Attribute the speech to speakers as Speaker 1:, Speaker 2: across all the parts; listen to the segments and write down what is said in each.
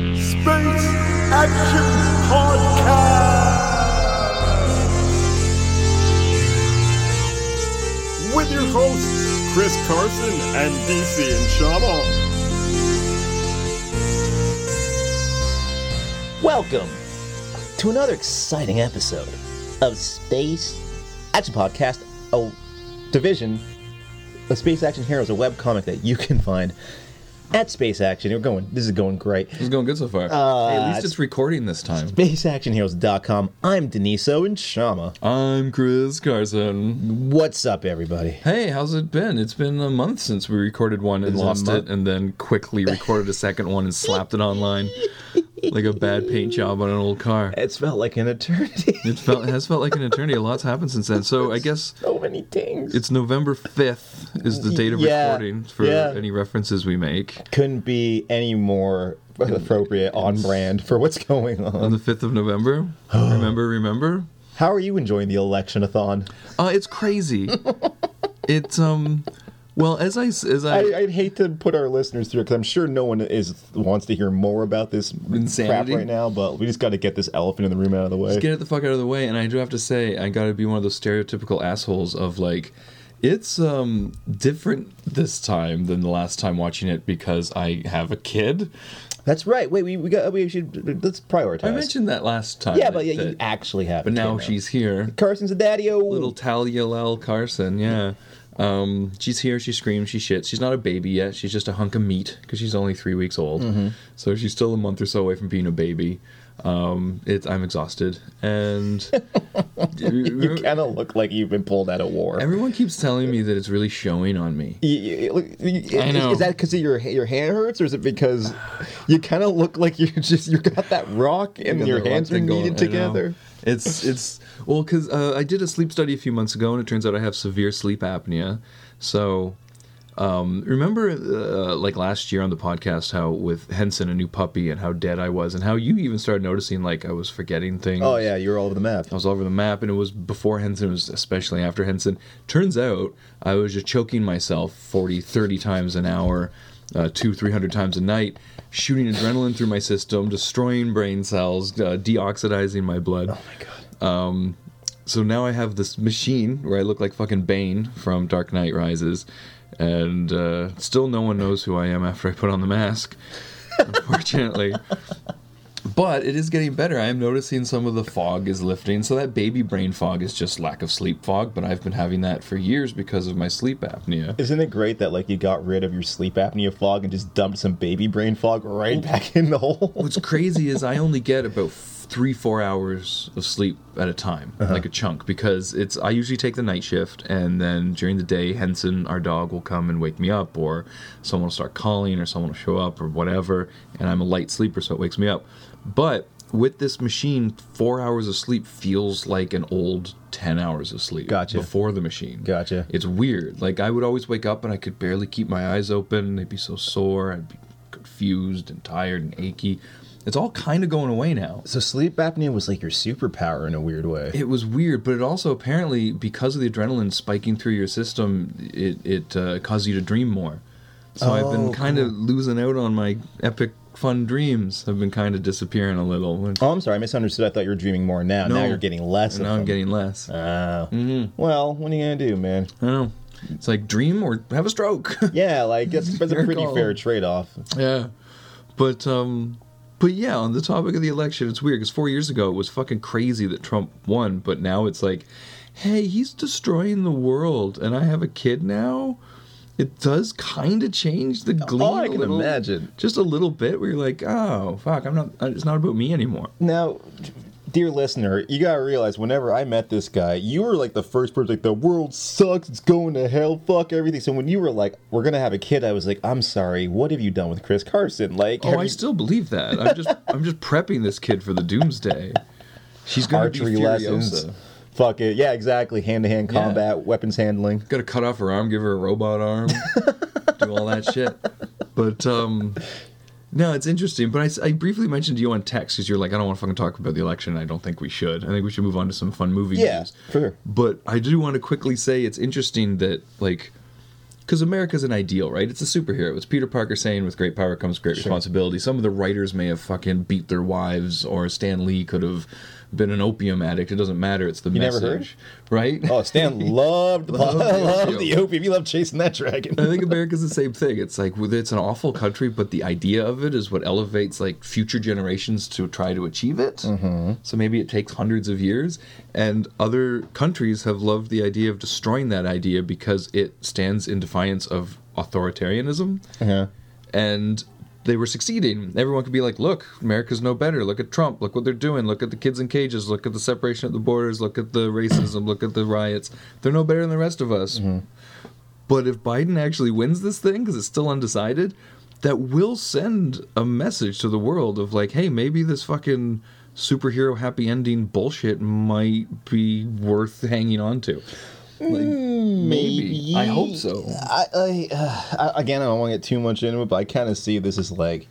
Speaker 1: Base Action Podcast with your hosts Chris Carson and DC and Shama.
Speaker 2: Welcome to another exciting episode of Space Action Podcast, a division of Space Action Heroes, a webcomic that you can find at Space Action. You're going, this is going great.
Speaker 3: It's going good so far.
Speaker 2: Uh,
Speaker 3: Hey, at least it's recording this time.
Speaker 2: SpaceActionHeroes.com. I'm Deniso and Shama.
Speaker 3: I'm Chris Carson.
Speaker 2: What's up, everybody?
Speaker 3: Hey, how's it been? It's been a month since we recorded one and
Speaker 2: It's a
Speaker 3: lost it,
Speaker 2: month.
Speaker 3: and then quickly recorded a second one and slapped it online like a bad paint job on an old car.
Speaker 2: It's felt like an eternity.
Speaker 3: It felt it has felt like an eternity. A lot's happened since then. So I guess
Speaker 2: so many things.
Speaker 3: it's November fifth is the date of
Speaker 2: Yeah,
Speaker 3: recording for
Speaker 2: yeah.
Speaker 3: any references we make.
Speaker 2: couldn't be any more appropriate on brand for what's going
Speaker 3: On
Speaker 2: on.
Speaker 3: the fifth of November. remember, remember.
Speaker 2: How are you enjoying the election-a-thon?
Speaker 3: Uh, it's crazy. it's um. Well, as I s- as I,
Speaker 2: I, I'd hate to put our listeners through because I'm sure no one is wants to hear more about this
Speaker 3: Insanity?
Speaker 2: crap right now. But we just got to get this elephant in the room out of the way.
Speaker 3: Just get it the fuck out of the way. And I do have to say, I gotta be one of those stereotypical assholes of like, it's um different this time than the last time watching it because I have a kid.
Speaker 2: That's right. Wait, we, we got we should let's prioritize.
Speaker 3: I mentioned that last time.
Speaker 2: yeah, but
Speaker 3: that-
Speaker 2: yeah, you
Speaker 3: that-
Speaker 2: actually have.
Speaker 3: but
Speaker 2: a
Speaker 3: now
Speaker 2: camera.
Speaker 3: she's here.
Speaker 2: Carson's a daddy o.
Speaker 3: Little Talia Carson, yeah. Um, she's here. She screams. She shits. She's not a baby yet. She's just a hunk of meat because she's only three weeks old.
Speaker 2: Mm-hmm.
Speaker 3: So she's still a month or so away from being a baby. Um, it's I'm exhausted and
Speaker 2: You kind of look like you've been pulled out of war.
Speaker 3: Everyone keeps telling me that it's really showing on me.
Speaker 2: You- you- look, you- is-
Speaker 3: know.
Speaker 2: Is that because your ha- your hand hurts, or is it because you kind of look like you just you got that rock and your
Speaker 3: That
Speaker 2: hands are
Speaker 3: thing going-
Speaker 2: kneaded
Speaker 3: I know.
Speaker 2: together?
Speaker 3: It's it's well because uh, I did a sleep study a few months ago, and it turns out I have severe sleep apnea. So um, remember, uh, like last year on the podcast, how with Henson, a new puppy, and how dead I was, and how you even started noticing like I was forgetting things.
Speaker 2: Oh yeah, you're all over the map.
Speaker 3: I was all over the map, and it was before Henson, it was especially after Henson. Turns out I was just choking myself 40, 30 times an hour, uh, two, 300 times a night, shooting adrenaline through my system, destroying brain cells, uh, deoxidizing my blood. Um,
Speaker 2: Oh my god.
Speaker 3: So now I have this machine where I look like fucking Bane from Dark Knight Rises, and uh, still no one knows who I am after I put on the mask, unfortunately. but it is getting better. I am noticing some of the fog is lifting. So that baby brain fog is just lack of sleep fog, but I've been having that for years because of my sleep apnea.
Speaker 2: Isn't it great that like you got rid of your sleep apnea fog and just dumped some baby brain fog right back in the hole?
Speaker 3: What's crazy is I only get about f- three, four hours of sleep at a time,
Speaker 2: Uh-huh.
Speaker 3: like a chunk, because it's I usually take the night shift, and then during the day, Henson, our dog, will come and wake me up, or someone will start calling, or someone will show up, or whatever, and I'm a light sleeper, so it wakes me up. But with this machine, four hours of sleep feels like an old ten hours of sleep.
Speaker 2: Gotcha.
Speaker 3: Before the machine.
Speaker 2: Gotcha.
Speaker 3: It's weird. Like I would always wake up and I could barely keep my eyes open. They'd be so sore. I'd be confused and tired and achy. It's all kind of going away now.
Speaker 2: So sleep apnea was like your superpower in a weird way.
Speaker 3: It was weird, but it also apparently because of the adrenaline spiking through your system, it it uh, caused you to dream more. So I've
Speaker 2: Oh,
Speaker 3: been kind of losing out on my epic fun dreams. I've been kind of disappearing a little. And
Speaker 2: Oh, I'm sorry, I misunderstood. I thought you were dreaming more now. Now
Speaker 3: No.
Speaker 2: you're getting less.
Speaker 3: now
Speaker 2: of
Speaker 3: I'm
Speaker 2: them.
Speaker 3: getting less. I
Speaker 2: Oh. Well, what are you gonna do, man?
Speaker 3: don't know. It's like dream or have a stroke.
Speaker 2: Yeah, like that's, that's a
Speaker 3: Your
Speaker 2: pretty
Speaker 3: call.
Speaker 2: fair trade-off.
Speaker 3: Yeah, but um, but yeah, on the topic of the election, it's weird because four years ago it was fucking crazy that Trump won, but now it's like, hey, he's destroying the world, and I have a kid now. It does kind of change the gleam.
Speaker 2: All I
Speaker 3: a
Speaker 2: can
Speaker 3: little-
Speaker 2: imagine.
Speaker 3: just a little bit, where you're like, oh fuck, I'm not. It's not about me anymore.
Speaker 2: Now, dear listener, you gotta realize whenever I met this guy, you were like the first person like the world sucks, it's going to hell, fuck everything. So when you were like, we're gonna have a kid, I was like, I'm sorry, what have you done with Chris Carson? Like,
Speaker 3: Oh,
Speaker 2: have
Speaker 3: I
Speaker 2: you-
Speaker 3: still believe that. I'm just, I'm just prepping this kid for the doomsday. She's gonna
Speaker 2: archery
Speaker 3: be Furiosa.
Speaker 2: lessons. Fuck it. Yeah, exactly. Hand to hand
Speaker 3: Yeah.
Speaker 2: combat, weapons handling.
Speaker 3: Got to cut off her arm, give her a robot arm, do all that shit. But um, no, it's interesting. But I s- I, briefly mentioned to you on text because you're like, I don't want to fucking talk about the election. I don't think we should. I think we should move on to some fun movie
Speaker 2: Yeah,
Speaker 3: news.
Speaker 2: sure.
Speaker 3: But I do want to quickly say it's interesting that like because America's an ideal, right? It's a superhero. It's Peter Parker saying, "With great power comes great responsibility." Some of the writers may have fucking beat their wives, or Stan Lee could have been an opium addict. It doesn't matter. It's the
Speaker 2: You never
Speaker 3: message,
Speaker 2: heard?
Speaker 3: right?
Speaker 2: Oh, Stan loved the
Speaker 3: Loved the
Speaker 2: loved
Speaker 3: opium.
Speaker 2: the opium. He loved chasing that dragon.
Speaker 3: I think America's the same thing. It's like with- it's an awful country, but the idea of it is what elevates like future generations to try to achieve it. So maybe it takes hundreds of years, and other countries have loved the idea of destroying that idea because it stands in defiance of authoritarianism,
Speaker 2: Uh-huh.
Speaker 3: and they were succeeding. Everyone could be like, "Look, America's no better. Look at Trump. Look what they're doing. Look at the kids in cages. Look at the separation at the borders. Look at the racism. Look at the riots. They're no better than the rest of us."
Speaker 2: Mm-hmm.
Speaker 3: But if Biden actually wins this thing, because it's still undecided, that will send a message to the world of like, hey, maybe this fucking superhero happy ending bullshit might be worth hanging on to. Like, maybe. I hope so.
Speaker 2: Hmm, I, I, uh, I again, I don't want to get too much into it, but I kind of see this as like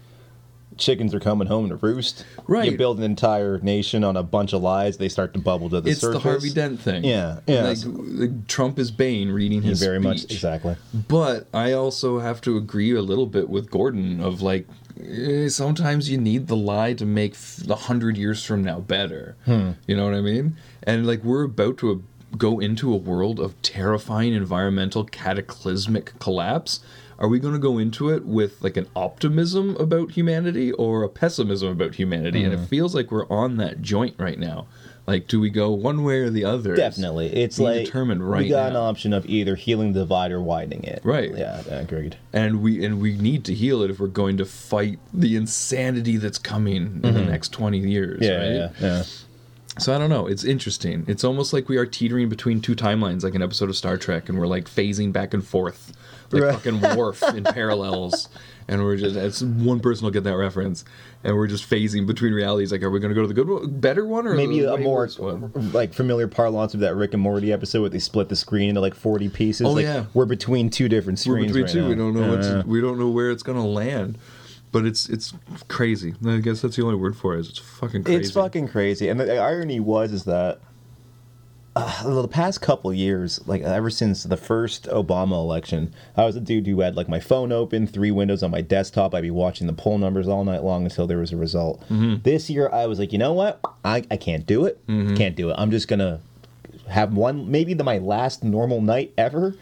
Speaker 2: chickens are coming home to roost. You
Speaker 3: Right.
Speaker 2: build an entire nation on a bunch of lies, they start to bubble to the
Speaker 3: It's
Speaker 2: surface.
Speaker 3: the Harvey Dent thing.
Speaker 2: Yeah, yeah.
Speaker 3: Like, like, Trump is Bane reading his
Speaker 2: Very much,
Speaker 3: speech.
Speaker 2: exactly.
Speaker 3: But I also have to agree a little bit with Gordon of like, eh, sometimes you need the lie to make f- a hundred years from now better. You know what I mean? And like, we're about to go into a world of terrifying environmental cataclysmic collapse. Are we going to go into it with like an optimism about humanity or a pessimism about humanity? And it feels like we're on that joint right now. Like, do we go one way or the other?
Speaker 2: Definitely, it's
Speaker 3: Be
Speaker 2: like
Speaker 3: determined
Speaker 2: we
Speaker 3: right
Speaker 2: got an
Speaker 3: now.
Speaker 2: option of either healing the divide or widening it.
Speaker 3: Right.
Speaker 2: Yeah, agreed.
Speaker 3: and we and we need to heal it if we're going to fight the insanity that's coming in the next 20 years
Speaker 2: Mm-hmm. Yeah,
Speaker 3: right
Speaker 2: yeah, yeah.
Speaker 3: so i don't know it's interesting it's almost like we are teetering between two timelines like an episode of star trek and we're like phasing back and forth like
Speaker 2: Right.
Speaker 3: fucking wharf in parallels and we're just it's one person will get that reference and we're just phasing between realities like are we going to go to the good one, better one or
Speaker 2: Maybe
Speaker 3: the
Speaker 2: a
Speaker 3: way
Speaker 2: more
Speaker 3: worse one?
Speaker 2: like familiar parlance of that Rick and Morty episode where they split the screen into like forty pieces.
Speaker 3: Oh,
Speaker 2: like,
Speaker 3: yeah.
Speaker 2: we're between two different
Speaker 3: We're
Speaker 2: screens.
Speaker 3: between
Speaker 2: right
Speaker 3: two.
Speaker 2: now.
Speaker 3: We don't know
Speaker 2: Yeah.
Speaker 3: what's, we don't know where it's gonna land, but it's it's crazy. I guess that's the only word for it. Is it's fucking crazy.
Speaker 2: It's fucking crazy. And the, the irony was is that uh, the past couple years, like ever since the first Obama election, I was a dude who had like my phone open, three windows on my desktop. I'd be watching the poll numbers all night long until there was a result.
Speaker 3: Mm-hmm.
Speaker 2: This year, I was like, you know what? I, I can't do it. Can't do it. I'm just gonna have one, maybe the, my last normal night ever.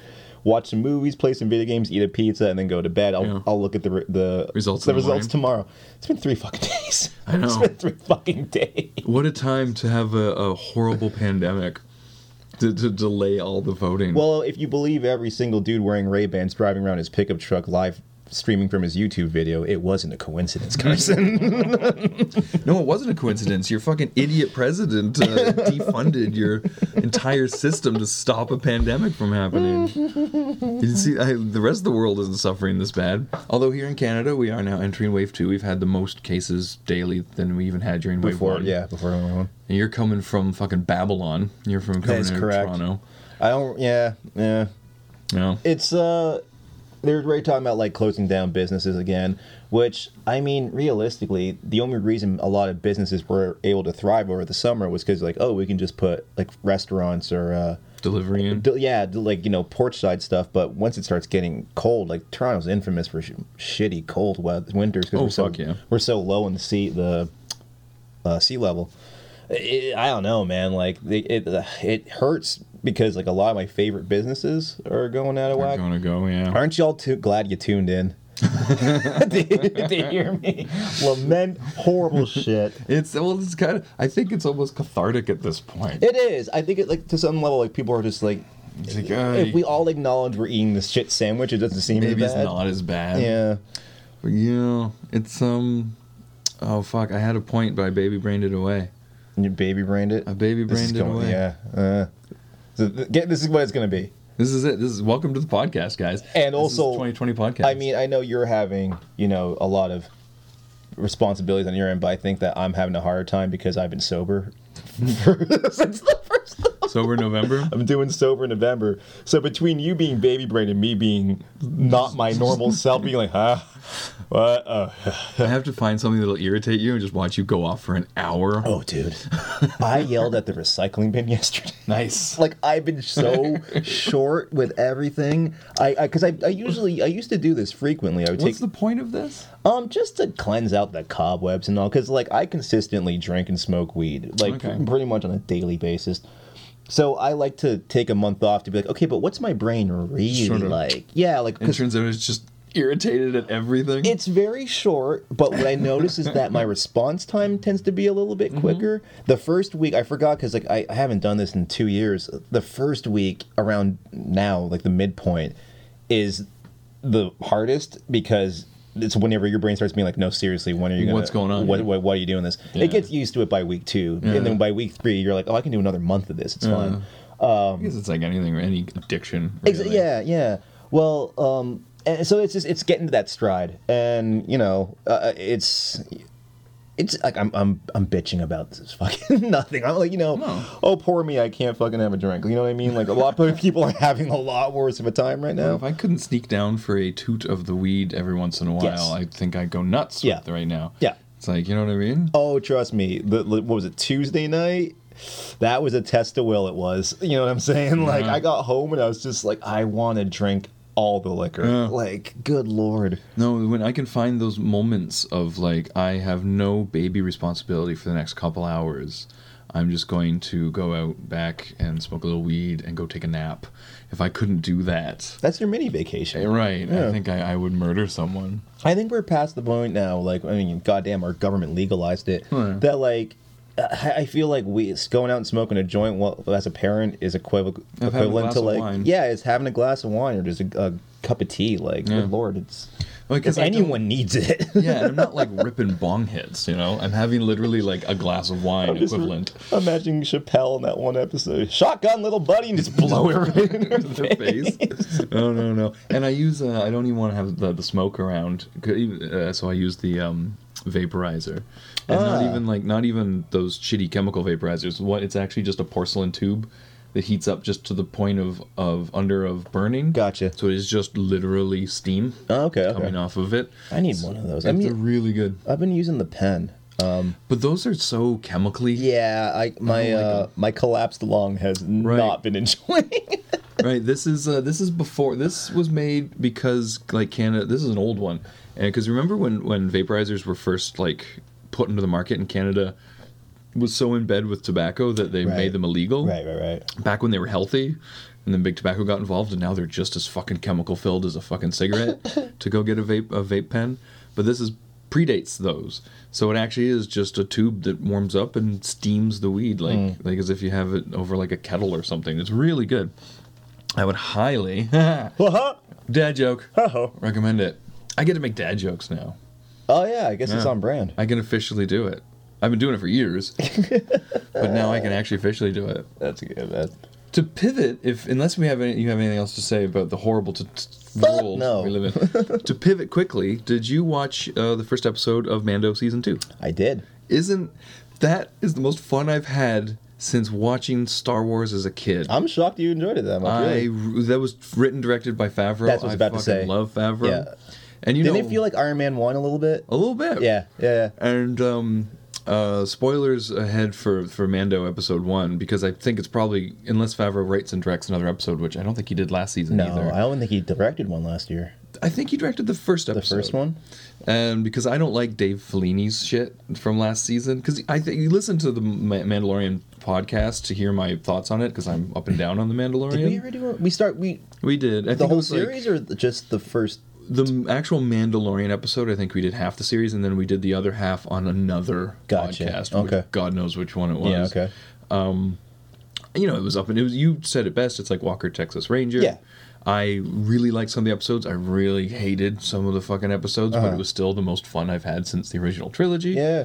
Speaker 2: Watch some movies, play some video games, eat a pizza, and then go to bed. I'll,
Speaker 3: Yeah.
Speaker 2: I'll look at the re- the
Speaker 3: Results
Speaker 2: the
Speaker 3: in the
Speaker 2: results tomorrow. It's been three fucking days.
Speaker 3: I
Speaker 2: It's
Speaker 3: know.
Speaker 2: been three fucking days.
Speaker 3: What a time to have a, a horrible pandemic to, to delay all the voting.
Speaker 2: Well, if you believe every single dude wearing Ray Bans driving around his pickup truck live streaming from his YouTube video, it wasn't a coincidence, Carson.
Speaker 3: no, it wasn't a coincidence. Your fucking idiot president uh, defunded your entire system to stop a pandemic from happening. You see, I, the rest of the world isn't suffering this bad. Although here in Canada, we are now entering wave two. We've had the most cases daily than we even had during wave
Speaker 2: before,
Speaker 3: one.
Speaker 2: yeah, before everyone.
Speaker 3: And you're coming from fucking Babylon. You're from coming
Speaker 2: is
Speaker 3: out of
Speaker 2: correct.
Speaker 3: Toronto.
Speaker 2: I don't. Yeah, yeah.
Speaker 3: Yeah.
Speaker 2: It's uh, they're already talking about like closing down businesses again, which I mean, realistically, the only reason a lot of businesses were able to thrive over the summer was because like, oh, we can just put like restaurants or. uh
Speaker 3: Delivery in.
Speaker 2: d- yeah, d- like you know, porch side stuff. But once it starts getting cold, like Toronto's infamous for sh- shitty cold we- winters because
Speaker 3: Oh,
Speaker 2: we're so
Speaker 3: fuck yeah.
Speaker 2: we're so low in the sea the uh, sea level. I I don't know, man. Like they, it uh, it hurts because like a lot of my favorite businesses are going out of
Speaker 3: We're
Speaker 2: whack.
Speaker 3: going to go, yeah.
Speaker 2: Aren't y'all too glad you tuned in? do, you, do you hear me? Lament horrible shit.
Speaker 3: It's well, it's kind of. I think it's almost cathartic at this point.
Speaker 2: It is. I think it like to some level, like people are just like,
Speaker 3: It's like, uh,
Speaker 2: if we all acknowledge we're eating this shit sandwich, it doesn't seem as
Speaker 3: maybe it's
Speaker 2: bad.
Speaker 3: not as bad.
Speaker 2: Yeah.
Speaker 3: But, you know, it's um. Oh fuck! I had a point, but I baby brained it away.
Speaker 2: You baby brained it.
Speaker 3: I baby
Speaker 2: This is
Speaker 3: brained it
Speaker 2: going-
Speaker 3: away.
Speaker 2: Yeah. Uh, so th- get, this is what it's going to be.
Speaker 3: This is it. This is welcome to the podcast, guys.
Speaker 2: And
Speaker 3: This is
Speaker 2: also,
Speaker 3: 2020 podcast.
Speaker 2: I mean, I know you're having, you know, a lot of responsibilities on your end, but I think that I'm having a harder time because I've been sober for, since the first.
Speaker 3: Sober November.
Speaker 2: I'm doing sober November. So between you being baby brain and me being not my normal self, being like, huh, what? Uh,
Speaker 3: I have to find something that'll irritate you and just watch you go off for an hour.
Speaker 2: oh, dude, I yelled at the recycling bin yesterday.
Speaker 3: nice.
Speaker 2: Like I've been so short with everything. I because I, I, usually I used to do this frequently. I would take
Speaker 3: What's the point of this?
Speaker 2: um just to cleanse out the cobwebs and all. Because like I consistently drink and smoke weed like
Speaker 3: Okay.
Speaker 2: pretty much on a daily basis. So I like to take a month off to be like, okay, but what's my brain really
Speaker 3: Sort of-
Speaker 2: like? Yeah, like
Speaker 3: It
Speaker 2: 'cause
Speaker 3: turns out it's just irritated at everything.
Speaker 2: It's very short, but what I notice is that my response time tends to be a little
Speaker 3: Mm-hmm.
Speaker 2: bit quicker. The first week, I forgot because like I, I haven't done this in two years. The first week around now, like the midpoint, is the hardest because it's whenever your brain starts being like, "No, seriously, when are you? Gonna,
Speaker 3: What's going on
Speaker 2: What,
Speaker 3: here?"
Speaker 2: what, why are you doing this?"
Speaker 3: Yeah.
Speaker 2: It gets used to it by week two, and then by week three, you're like, "Oh, I can do another month of this. It's fine."
Speaker 3: I guess it's like anything or any addiction.
Speaker 2: Ex-
Speaker 3: really.
Speaker 2: Yeah, yeah. Well, um, and so it's just it's getting to that stride, and you know, uh, it's it's like I'm I'm I'm bitching about this fucking nothing. I'm like, you know,
Speaker 3: No.
Speaker 2: oh poor me, I can't fucking have a drink. You know what I mean? Like a lot of people are having a lot worse of a time right now.
Speaker 3: If I couldn't sneak down for a toot of the weed every once in a while,
Speaker 2: Yes.
Speaker 3: I think I'd go nuts
Speaker 2: Yeah.
Speaker 3: with it right now.
Speaker 2: Yeah.
Speaker 3: It's like, you know what I mean?
Speaker 2: Oh, trust me. The, what was it? Tuesday night. That was a test of will. It was. You know what I'm saying?
Speaker 3: Mm-hmm.
Speaker 2: Like I got home and I was just like, I want to drink all the liquor.
Speaker 3: Yeah.
Speaker 2: Like, good lord.
Speaker 3: No, when I can find those moments of like, I have no baby responsibility for the next couple hours. I'm just going to go out back and smoke a little weed and go take a nap. If I couldn't do that,
Speaker 2: That's your mini vacation.
Speaker 3: right, I
Speaker 2: Yeah.
Speaker 3: think I, I would murder someone.
Speaker 2: I think we're past the point now. Like, I mean, goddamn, our government legalized it.
Speaker 3: Hmm.
Speaker 2: That like, I I feel like we going out and smoking a joint while, as a parent is equivalent
Speaker 3: having a
Speaker 2: equivalent
Speaker 3: glass
Speaker 2: to
Speaker 3: of
Speaker 2: like,
Speaker 3: wine.
Speaker 2: yeah, it's having a glass of wine or just a, a cup of tea. Like,
Speaker 3: Yeah.
Speaker 2: good lord, it's
Speaker 3: Like,
Speaker 2: if
Speaker 3: I don't-
Speaker 2: anyone needs it.
Speaker 3: yeah, and I'm not like ripping bong hits, you know? I'm having literally like a glass of wine
Speaker 2: Just
Speaker 3: equivalent.
Speaker 2: Imagine Chappelle in that one episode, shotgun little buddy, and just blow it right in her
Speaker 3: their face. no, no, no. And I use. Uh, I don't even want to have the, the smoke around. Could even- Uh, so I use the um, vaporizer, and not
Speaker 2: Ah.
Speaker 3: even like not even those shitty chemical vaporizers. What it's actually just a porcelain tube that heats up just to the point of of under of burning.
Speaker 2: Gotcha.
Speaker 3: So it is just literally steam
Speaker 2: Oh, okay, okay.
Speaker 3: coming off of it.
Speaker 2: I need one of those. I
Speaker 3: It's
Speaker 2: mean,
Speaker 3: really good.
Speaker 2: I've been using the pen. Um,
Speaker 3: But those are so chemically.
Speaker 2: yeah, I my
Speaker 3: like
Speaker 2: uh, my collapsed lung has
Speaker 3: Right.
Speaker 2: not been enjoying.
Speaker 3: right this is uh, this is before this was made because like canada this is an old one and because remember when when vaporizers were first like put into the market in canada was so in bed with tobacco that they
Speaker 2: Right.
Speaker 3: made them illegal
Speaker 2: right, right, right.
Speaker 3: back when they were healthy and then big tobacco got involved and now they're just as fucking chemical filled as a fucking cigarette to go get a vape a vape pen but this is predates those so it actually is just a tube that warms up and steams the weed like like as if you have it over like a kettle or something it's really good i would highly
Speaker 2: Uh-huh.
Speaker 3: dad joke
Speaker 2: Uh-huh.
Speaker 3: recommend it i get to make dad jokes now
Speaker 2: Oh yeah, I guess it's
Speaker 3: Yeah.
Speaker 2: on brand.
Speaker 3: i can officially do it i've been doing it for years but now i can actually officially do it
Speaker 2: That's good. That
Speaker 3: to pivot if unless we have any, you have anything else to say about the horrible t- t-
Speaker 2: Fuck
Speaker 3: world
Speaker 2: no.
Speaker 3: we live in to pivot quickly did you watch uh, the first episode of mando season 2
Speaker 2: I did.
Speaker 3: isn't that is the most fun i've had since watching star wars as a kid
Speaker 2: I'm shocked you enjoyed it that much.
Speaker 3: I
Speaker 2: Oh, really.
Speaker 3: that was written directed by favreau
Speaker 2: That's what I was about to
Speaker 3: fucking
Speaker 2: say.
Speaker 3: love favreau
Speaker 2: Yeah.
Speaker 3: and you
Speaker 2: Didn't
Speaker 3: know Oh,
Speaker 2: it feel like Iron Man one a little bit?
Speaker 3: a little bit
Speaker 2: Yeah, yeah.
Speaker 3: and um, uh, spoilers ahead for for Mando episode one because I think it's probably unless Favreau writes and directs another episode, which I don't think he did last season
Speaker 2: No,
Speaker 3: either.
Speaker 2: I don't think he directed one last year.
Speaker 3: I think he directed the first
Speaker 2: The
Speaker 3: episode.
Speaker 2: first one.
Speaker 3: And because I don't like Dave Fellini's shit from last season, because I think you listen to the Ma- Mandalorian podcast to hear my thoughts on it, because I'm up and down on the Mandalorian.
Speaker 2: Did we ever do? a- We start we
Speaker 3: We did. I
Speaker 2: the
Speaker 3: think it
Speaker 2: whole
Speaker 3: was like-
Speaker 2: series or just the first?
Speaker 3: the actual Mandalorian episode, I think we did half the series, and then we did the other half on another
Speaker 2: Gotcha.
Speaker 3: podcast. which
Speaker 2: Okay.
Speaker 3: God knows which one it was.
Speaker 2: Yeah, okay.
Speaker 3: You know, it was up and it was. You said it best. It's like Walker Texas Ranger.
Speaker 2: Yeah.
Speaker 3: I really liked some of the episodes. I really hated some of the fucking episodes, but it was still the most fun I've had since the original trilogy.
Speaker 2: Uh-huh. Yeah.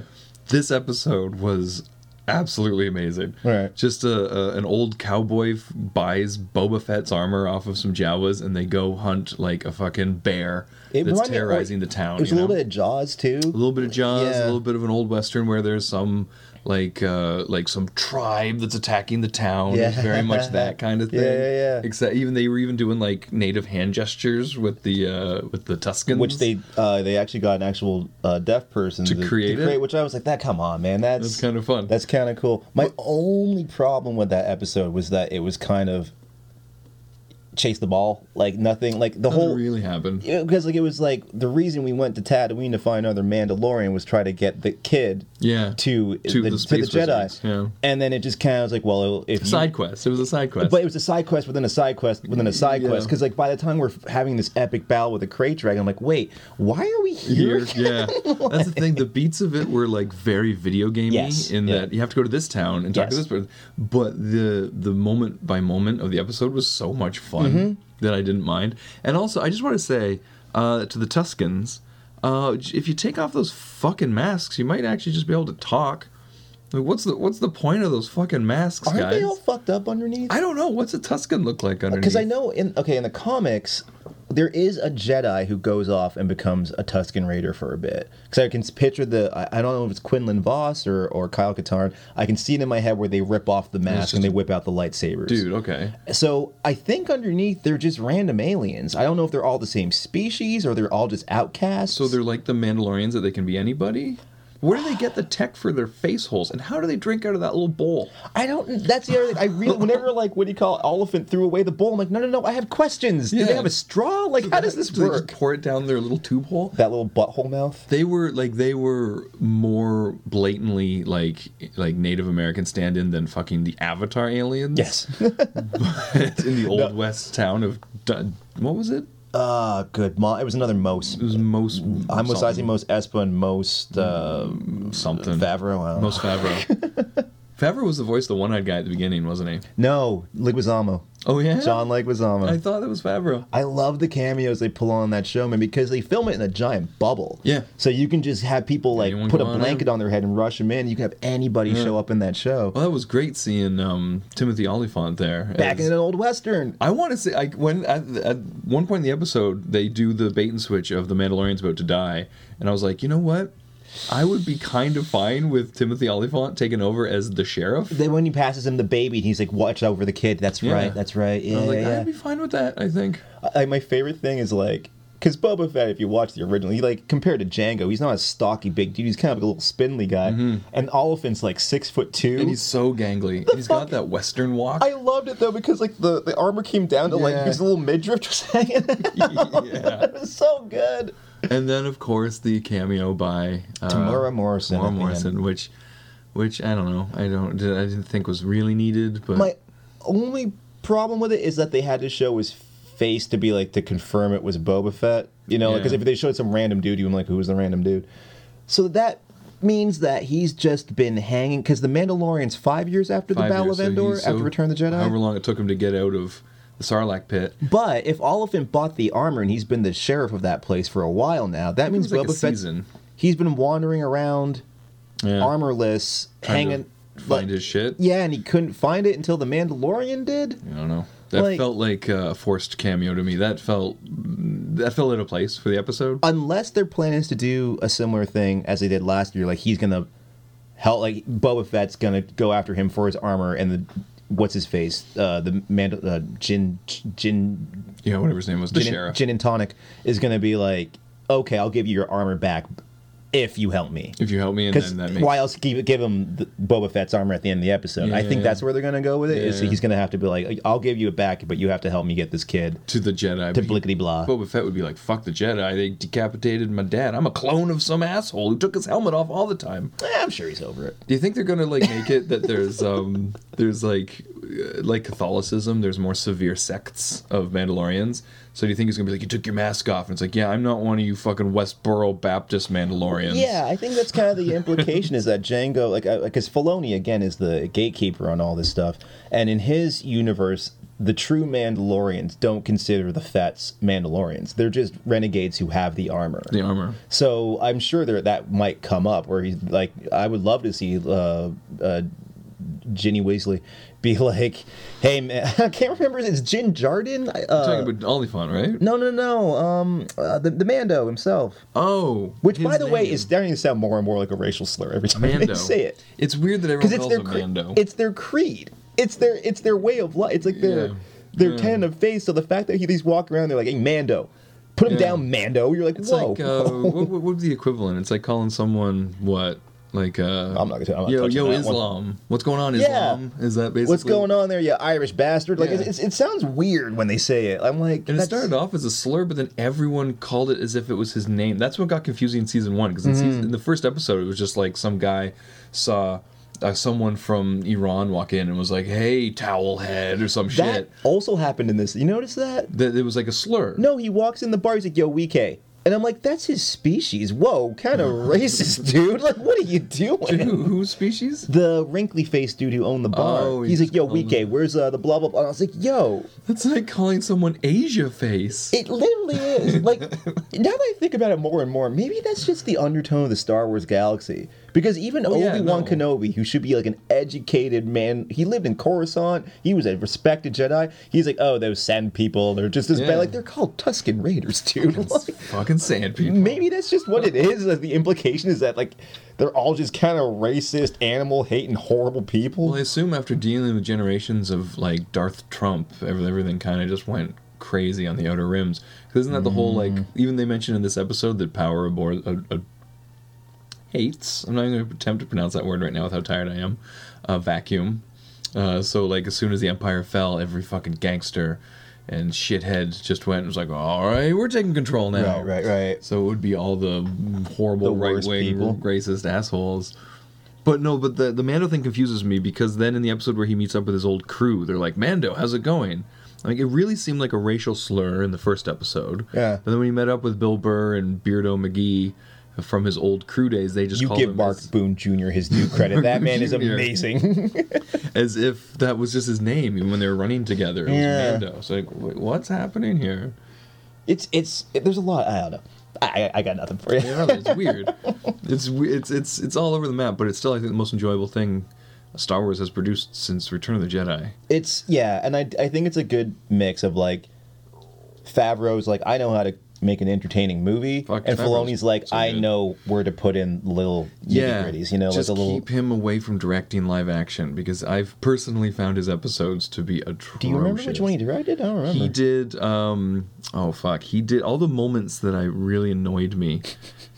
Speaker 3: This episode was absolutely amazing.
Speaker 2: Right.
Speaker 3: Just a, a an old cowboy f- buys Boba Fett's armor off of some Jawas, and they go hunt like a fucking bear
Speaker 2: It
Speaker 3: that's
Speaker 2: reminded me-
Speaker 3: terrorizing the town.
Speaker 2: It was a
Speaker 3: you
Speaker 2: little
Speaker 3: know?
Speaker 2: bit of Jaws too.
Speaker 3: a little bit of Jaws, a
Speaker 2: Yeah.
Speaker 3: little bit of an old western where there's some like uh, like some tribe that's attacking the town. It was
Speaker 2: Yeah.
Speaker 3: very much that kind of thing.
Speaker 2: Yeah, yeah, yeah.
Speaker 3: Except even they were even doing like native hand gestures with the uh, with the Tuscans,
Speaker 2: Which they uh, they actually got an actual uh, deaf person to,
Speaker 3: create it?
Speaker 2: Which I was like, that come on, man, that's
Speaker 3: That's kinda fun.
Speaker 2: That's kind of cool. My only problem with that episode was that it was kind of chase the ball, like nothing, like the
Speaker 3: Doesn't
Speaker 2: whole
Speaker 3: really happened.
Speaker 2: you know, because like it was like the reason we went to Tatooine to find another Mandalorian was try to get the kid
Speaker 3: Yeah.
Speaker 2: to
Speaker 3: To
Speaker 2: the, to
Speaker 3: the
Speaker 2: the
Speaker 3: space
Speaker 2: Jedi,
Speaker 3: wizards, yeah.
Speaker 2: and then it just kind of was like, well, if you-
Speaker 3: Side quest. It was a side quest.
Speaker 2: but it was a side quest within a side quest within a side
Speaker 3: Yeah.
Speaker 2: quest because like by the time we're f- having this epic battle with the Krayt dragon, I'm like, wait, why are we here?
Speaker 3: Here, yeah. That's the thing. The beats of it were like very video gamey
Speaker 2: Yes,
Speaker 3: in
Speaker 2: yeah.
Speaker 3: that you have to go to this town and talk to
Speaker 2: Yes.
Speaker 3: this person. But the the moment by moment of the episode was so much fun
Speaker 2: Mm-hmm.
Speaker 3: that I didn't mind. And also, I just want to say uh, to the Tuscans, uh, j- if you take off those fucking masks, you might actually just be able to talk. Like, what's the what's the point of those fucking masks,
Speaker 2: Aren't
Speaker 3: guys?
Speaker 2: they all fucked up underneath?
Speaker 3: I don't know. What's a Tuscan look like underneath?
Speaker 2: Because I know in okay in the comics, there is a Jedi who goes off and becomes a Tusken Raider for a bit. Because I can s- picture the I, I don't know if it's Quinlan Voss or or Kyle Katarn. I can see it in my head where they rip off the mask and
Speaker 3: just-
Speaker 2: they whip out the lightsabers.
Speaker 3: dude. Okay.
Speaker 2: So I think underneath they're just random aliens. I don't know if they're all the same species or they're all just outcasts.
Speaker 3: So they're like the Mandalorians that they can be anybody. Where do they get the tech for their face holes, and how do they drink out of that little bowl?
Speaker 2: I don't. That's the other thing. I really, whenever like what do you call it, elephant threw away the bowl, I'm like, no, no, no. I have questions. Do
Speaker 3: Yeah.
Speaker 2: they have a straw? Like, how does this
Speaker 3: do they just
Speaker 2: work?
Speaker 3: pour it down their little tube hole.
Speaker 2: That little butthole mouth.
Speaker 3: They were like they were more blatantly like like Native American stand-in than fucking the Avatar aliens. But in the old
Speaker 2: No.
Speaker 3: west town of Dun- what was it?
Speaker 2: Ah, good. Mo- it was another most.
Speaker 3: It was most
Speaker 2: I'm most Ozzy,
Speaker 3: something,
Speaker 2: most Espa, and most uh,
Speaker 3: something
Speaker 2: Favreau. I don't know.
Speaker 3: most Favreau. Favreau was the voice of the one-eyed guy at the beginning, wasn't he?
Speaker 2: No, Leguizamo.
Speaker 3: Oh yeah,
Speaker 2: John Leguizamo.
Speaker 3: I
Speaker 2: I,
Speaker 3: thought it was Favreau.
Speaker 2: love the cameos they pull on that show, man, because they film it in a giant bubble.
Speaker 3: Yeah.
Speaker 2: So you can just have people like
Speaker 3: Anyone
Speaker 2: put a
Speaker 3: go on
Speaker 2: blanket
Speaker 3: in.
Speaker 2: on their head and rush them in. You can have anybody show up in that show.
Speaker 3: Well, that was great seeing um, Timothy Oliphant there.
Speaker 2: Back
Speaker 3: as-
Speaker 2: in an old western.
Speaker 3: I want to say, I, when at, at one point in the episode, they do the bait and switch of the Mandalorian's about to die, and I was like, you know what? I would be kind of fine with Timothy Oliphant taking over as the sheriff.
Speaker 2: Then when he passes him the baby, he's like, "Watch over the kid." That's
Speaker 3: Yeah.
Speaker 2: right. That's right.
Speaker 3: I
Speaker 2: Yeah,
Speaker 3: was like,
Speaker 2: yeah.
Speaker 3: I'd be fine with that. I think.
Speaker 2: I, my favorite thing is like because Boba Fett, if you watch the original, he like compared to Django, he's not a stocky big dude. He's kind of like a little spindly guy, and Oliphant's like six foot two.
Speaker 3: Mm-hmm. And he's so gangly. He's got
Speaker 2: fuck-
Speaker 3: that Western walk.
Speaker 2: I loved it though because like the, the armor came down to like
Speaker 3: Yeah.
Speaker 2: his little midriff just hanging.
Speaker 3: yeah.
Speaker 2: it was so good.
Speaker 3: And then, of course, the cameo by uh,
Speaker 2: Tamora Morrison
Speaker 3: Tamora
Speaker 2: at the
Speaker 3: Morrison, which, which I don't know. I don't. I didn't think was really needed, but
Speaker 2: My only problem with it is that they had to show his face to be like to confirm it was Boba Fett. You know, because
Speaker 3: Yeah.
Speaker 2: if they showed some random dude, you'd be like, who was the random dude? So that means that he's just been hanging. Because the Mandalorian's five years after the
Speaker 3: five
Speaker 2: Battle
Speaker 3: years,
Speaker 2: of
Speaker 3: so
Speaker 2: Endor,
Speaker 3: he's-
Speaker 2: after
Speaker 3: so
Speaker 2: Return of the Jedi.
Speaker 3: However long it took him to get out of the Sarlacc pit.
Speaker 2: but if Oliphant bought the armor and he's been the sheriff of that place for a while now, that means
Speaker 3: was like a
Speaker 2: Boba Fett.
Speaker 3: season.
Speaker 2: He's been wandering around,
Speaker 3: Yeah.
Speaker 2: armorless,
Speaker 3: Trying to
Speaker 2: hanging.
Speaker 3: find
Speaker 2: like-
Speaker 3: his shit.
Speaker 2: Yeah, and he couldn't find it until the Mandalorian did.
Speaker 3: I don't know. That
Speaker 2: Like-
Speaker 3: felt like a forced cameo to me. That felt that felt out of place for the episode.
Speaker 2: unless their plan is to do a similar thing as they did last year, like he's gonna help, like Boba Fett's gonna go after him for his armor and the what's his face, uh, the man, uh, Jin Jin
Speaker 3: yeah, whatever his name was, the
Speaker 2: Jin,
Speaker 3: sheriff.
Speaker 2: Jin and Tonic is gonna be like, okay, I'll give you your armor back if you help me.
Speaker 3: if you help me, and
Speaker 2: Because
Speaker 3: then that makes
Speaker 2: why else give, give him the, Boba Fett's armor at the end of the episode? I
Speaker 3: Yeah,
Speaker 2: think
Speaker 3: yeah.
Speaker 2: that's where they're gonna go with it. Is
Speaker 3: Yeah.
Speaker 2: he's gonna have to be like, I'll give you it back, but you have to help me get this kid
Speaker 3: to the Jedi.
Speaker 2: to blickety blah.
Speaker 3: Boba Fett would be like, "Fuck the Jedi! They decapitated my dad. I'm a clone of some asshole who took his helmet off all the time."
Speaker 2: Eh, I'm sure he's over it.
Speaker 3: Do you think they're gonna like make it that there's um there's like uh, like Catholicism, there's more severe sects of Mandalorians? So do you think it's gonna be like you took your mask off and it's like yeah I'm not one of you fucking Westboro Baptist Mandalorians?
Speaker 2: Yeah, I think that's kind of the implication is that Django, like, because Filoni again is the gatekeeper on all this stuff, and in his universe, the true Mandalorians don't consider the Fets Mandalorians. They're just renegades who have the armor.
Speaker 3: the armor.
Speaker 2: So I'm sure there that might come up where he's like, I would love to see uh, uh, Ginny Weasley be like, "Hey man, I can't remember. It's Jin Jardin. I- Uh,
Speaker 3: talking about Oliphant, right?
Speaker 2: no, no, no. Um, uh, the the Mando himself,
Speaker 3: Oh,
Speaker 2: which
Speaker 3: his
Speaker 2: by the way
Speaker 3: name.
Speaker 2: is starting to sound more and more like a racial slur every time
Speaker 3: Mando.
Speaker 2: they say it
Speaker 3: It's weird that everyone
Speaker 2: because it's
Speaker 3: calls
Speaker 2: their
Speaker 3: him
Speaker 2: cre-
Speaker 3: Mando.
Speaker 2: it's their creed. It's their it's their way of life. It's like their
Speaker 3: Yeah.
Speaker 2: their
Speaker 3: Yeah.
Speaker 2: tenet of faith. So the fact that he these walk around, they're like, "Hey, Mando, put him
Speaker 3: Yeah.
Speaker 2: down, Mando." You're like,
Speaker 3: It's
Speaker 2: "Whoa."
Speaker 3: like uh, what, what what would be the equivalent? It's like calling someone what, like uh,
Speaker 2: I'm not gonna- I'm not
Speaker 3: yo
Speaker 2: touching
Speaker 3: yo
Speaker 2: that one.
Speaker 3: Islam. What's going on,
Speaker 2: Yeah.
Speaker 3: Islam? Is that basically
Speaker 2: What's going on there, you Irish bastard? Like,
Speaker 3: Yeah.
Speaker 2: it's, it's, it sounds weird when they say it. I'm like,
Speaker 3: And it
Speaker 2: that's-
Speaker 3: started off as a slur, but then everyone called it as if it was his name. That's what got confusing in season one because in,
Speaker 2: Mm-hmm.
Speaker 3: season in the first episode, it was just like some guy saw uh, someone from Iran walk in and was like, "Hey, towel head" or some
Speaker 2: that
Speaker 3: shit.
Speaker 2: also happened in this. You notice that?
Speaker 3: That it was like a slur.
Speaker 2: No, he walks in the bar. He's like, "Yo, Wike," and I'm like, "That's his species." Whoa, kind of racist, dude. Like, what are you doing?
Speaker 3: who, whose species?
Speaker 2: The wrinkly faced dude who owned the bar.
Speaker 3: Oh, he
Speaker 2: he's like,
Speaker 3: just
Speaker 2: "Yo,
Speaker 3: called him-
Speaker 2: Wike, where's uh, the blah blah blah?" And I was like, "Yo,
Speaker 3: That's like calling someone Asia face.
Speaker 2: It literally is. Like, now that I think about it more and more, maybe that's just the undertone of the Star Wars galaxy. Because even
Speaker 3: Oh, yeah,
Speaker 2: Obi Wan
Speaker 3: no.
Speaker 2: Kenobi, who should be like an educated man, he lived in Coruscant. He was a respected Jedi. He's like, oh, those Sand people, they're just as
Speaker 3: Yeah.
Speaker 2: bad. Like, they're called Tusken Raiders, dude. Like,
Speaker 3: Fucking sand people.
Speaker 2: maybe that's just what it is. Like, the implication is that like they're all just kind of racist, animal hating, horrible people.
Speaker 3: Well, I assume after dealing with generations of like Darth Trump, ev- everything kind of just went crazy on the Outer Rims. Because isn't that the whole like?
Speaker 2: Mm-hmm.
Speaker 3: Even they mentioned in this episode that power abor- uh, uh, hates. I'm not even going to attempt to pronounce that word right now with how tired I am. Uh, vacuum. Uh, so like, as soon as the Empire fell, every fucking gangster and shithead just went and was like, "All right, we're taking control now."
Speaker 2: right.
Speaker 3: So it would be all the horrible
Speaker 2: The
Speaker 3: right
Speaker 2: worst
Speaker 3: wing
Speaker 2: people.
Speaker 3: racist assholes. But no, but the the Mando thing confuses me because then in the episode where he meets up with his old crew, they're like, "Mando, how's it going?" Like it really seemed like a racial slur in the first episode.
Speaker 2: Yeah.
Speaker 3: But then when he met up with Bill Burr and Beardo McGee from his old crew days, they just
Speaker 2: You
Speaker 3: called
Speaker 2: give
Speaker 3: him
Speaker 2: Mark
Speaker 3: as,
Speaker 2: Boone Jr. his due credit. That man is
Speaker 3: Jr..
Speaker 2: amazing.
Speaker 3: as if that was just his name. Even when they were running together, it
Speaker 2: Yeah.
Speaker 3: was Mando. So like, wait, what's happening here?
Speaker 2: It's it's it, there's a lot. I don't know. I I- I got nothing for you.
Speaker 3: Yeah, it's weird. It's we- it's it's it's all over the map, but it's still I think the most enjoyable thing Star Wars has produced since Return of the Jedi.
Speaker 2: It's yeah, and I I think it's a good mix of like Favreau's like I know how to make an entertaining movie,
Speaker 3: Fuck,
Speaker 2: and
Speaker 3: Favreau's
Speaker 2: Filoni's like
Speaker 3: so
Speaker 2: I
Speaker 3: good.
Speaker 2: know where to put in little nitty gritties. You know,
Speaker 3: just
Speaker 2: like a little.
Speaker 3: keep him away from directing live action because I've personally found his episodes to be atrocious.
Speaker 2: Do you remember which one he directed? I don't remember.
Speaker 3: He did. Um, oh fuck, he did all the moments that I really annoyed me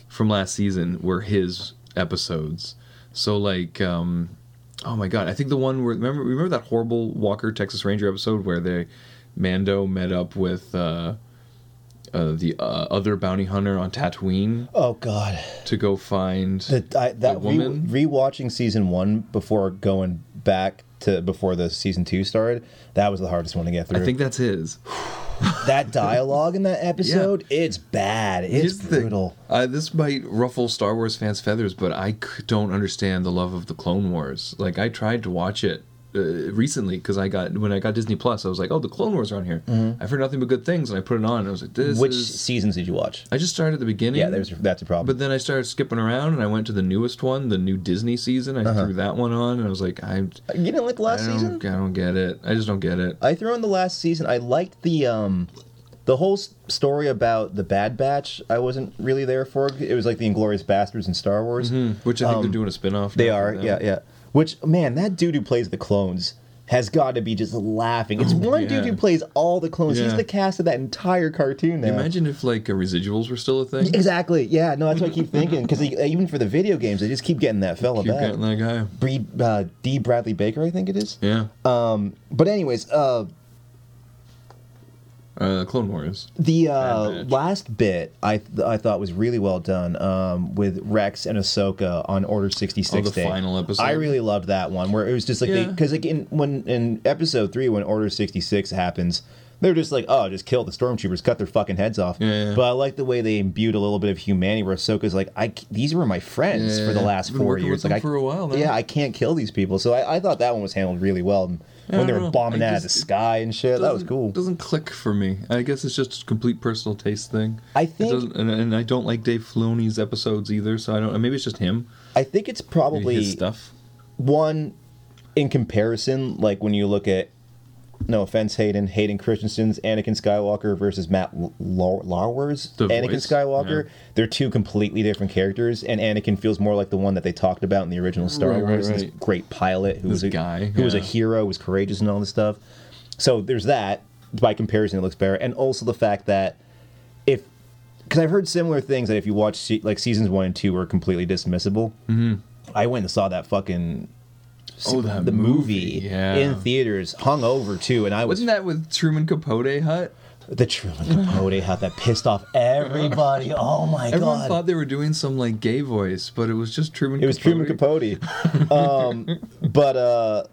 Speaker 3: from last season were his episodes. So like, um, oh my god, I think the one where remember remember that horrible Walker Texas Ranger episode where they Mando met up with. Uh, uh, the uh, other bounty hunter on Tatooine
Speaker 2: oh God,
Speaker 3: to go find
Speaker 2: the, I, that re-
Speaker 3: woman?
Speaker 2: rewatching season one before going back to before the season two started. That was the hardest one to get through.
Speaker 3: I think that's his.
Speaker 2: that dialogue in that episode, it's bad. It's
Speaker 3: Here's the thing.
Speaker 2: brutal.
Speaker 3: Uh, this might ruffle Star Wars fans' feathers, but I c- don't understand the love of the Clone Wars. Like I tried to watch it uh, recently because I got when I got Disney Plus, I was like, "Oh, the Clone Wars are on here." I've heard nothing but good things, and I put it on. And I was like, "This."
Speaker 2: Mm-hmm. Which
Speaker 3: is...
Speaker 2: seasons did you watch?
Speaker 3: I just started at the beginning.
Speaker 2: Yeah, there's that's a problem.
Speaker 3: But then I started skipping around, and I went to the newest one, the new Disney season. I threw that one on, and I was like, "I,
Speaker 2: you didn't like the
Speaker 3: I
Speaker 2: last Uh-huh. season?
Speaker 3: don't, I don't get it. I just don't get it."
Speaker 2: I threw in the last season. I liked the um, the whole s- story about the Bad Batch. I wasn't really there for. It was like the Inglorious Bastards in Star Wars.
Speaker 3: Which I think they're doing a spinoff.
Speaker 2: Um, They
Speaker 3: now
Speaker 2: are,
Speaker 3: for that.
Speaker 2: yeah, yeah. Which man, that dude who plays the clones has got to be just laughing. It's one dude
Speaker 3: Oh, yeah.
Speaker 2: who plays all the clones. He's
Speaker 3: Yeah.
Speaker 2: the cast of that entire cartoon now.
Speaker 3: Imagine if like uh, residuals were still a thing.
Speaker 2: Exactly. Yeah. No, that's what I keep thinking. Because even for the video games, they just keep getting that fella
Speaker 3: Keep
Speaker 2: back.
Speaker 3: getting that guy.
Speaker 2: Bree, uh, D. Bradley Baker, I think it is.
Speaker 3: Yeah.
Speaker 2: Um, but anyways, uh,
Speaker 3: Uh, Clone Wars.
Speaker 2: The uh,
Speaker 3: Bad Batch.
Speaker 2: last bit I th- I thought was really well done um, with Rex and Ahsoka on Order sixty six.
Speaker 3: Oh, the final episode?
Speaker 2: I really loved that one where it was just like
Speaker 3: Yeah.
Speaker 2: because like in when in episode three when Order sixty six happens, they're just like oh just kill the stormtroopers, cut their fucking heads off.
Speaker 3: Yeah, yeah.
Speaker 2: But I like the way they imbued a little bit of humanity where Ahsoka's like I c- these were my friends
Speaker 3: Yeah,
Speaker 2: for the
Speaker 3: yeah.
Speaker 2: last
Speaker 3: Been
Speaker 2: four
Speaker 3: working with
Speaker 2: years.
Speaker 3: them
Speaker 2: like I,
Speaker 3: for a while now.
Speaker 2: Yeah, I can't kill these people. So I, I thought that one was handled really well. And
Speaker 3: I
Speaker 2: when they
Speaker 3: don't
Speaker 2: were
Speaker 3: know.
Speaker 2: bombing
Speaker 3: I
Speaker 2: out of the
Speaker 3: just- it
Speaker 2: sky and shit, that was
Speaker 3: Doesn't-
Speaker 2: cool.
Speaker 3: Doesn't click for me. I guess it's just a complete personal taste thing.
Speaker 2: I
Speaker 3: It
Speaker 2: think-
Speaker 3: doesn't- and, and I don't like Dave Filoni's episodes either. So I don't. Maybe it's just him.
Speaker 2: I think it's
Speaker 3: Maybe
Speaker 2: probably
Speaker 3: his stuff.
Speaker 2: one in comparison, like when you look at, no offense, Hayden, Hayden Christensen's Anakin Skywalker versus Matt L- Lau- Lauer's
Speaker 3: The
Speaker 2: Anakin
Speaker 3: voice,
Speaker 2: Skywalker,
Speaker 3: yeah.
Speaker 2: they're two completely different characters, and Anakin feels more like the one that they talked about in the original Star
Speaker 3: Right, right,
Speaker 2: Wars, this
Speaker 3: right.
Speaker 2: great pilot who was a
Speaker 3: guy,
Speaker 2: who was a
Speaker 3: yeah.
Speaker 2: hero, was courageous and all this stuff. So there's that. By comparison, it looks better, and also the fact that if because I've heard similar things that if you watch se- like seasons one and two were completely dismissible. Mm-hmm. I went and saw that fucking
Speaker 3: Oh, that
Speaker 2: the movie,
Speaker 3: movie, yeah.
Speaker 2: in theaters, hung over too, and I was
Speaker 3: Wasn't that with Truman Capote Hut?
Speaker 2: the Truman Capote how that pissed off everybody. Oh my
Speaker 3: Everyone
Speaker 2: god!
Speaker 3: thought they were doing some like gay voice, but it was just Truman.
Speaker 2: it was Truman Capote, um, but uh,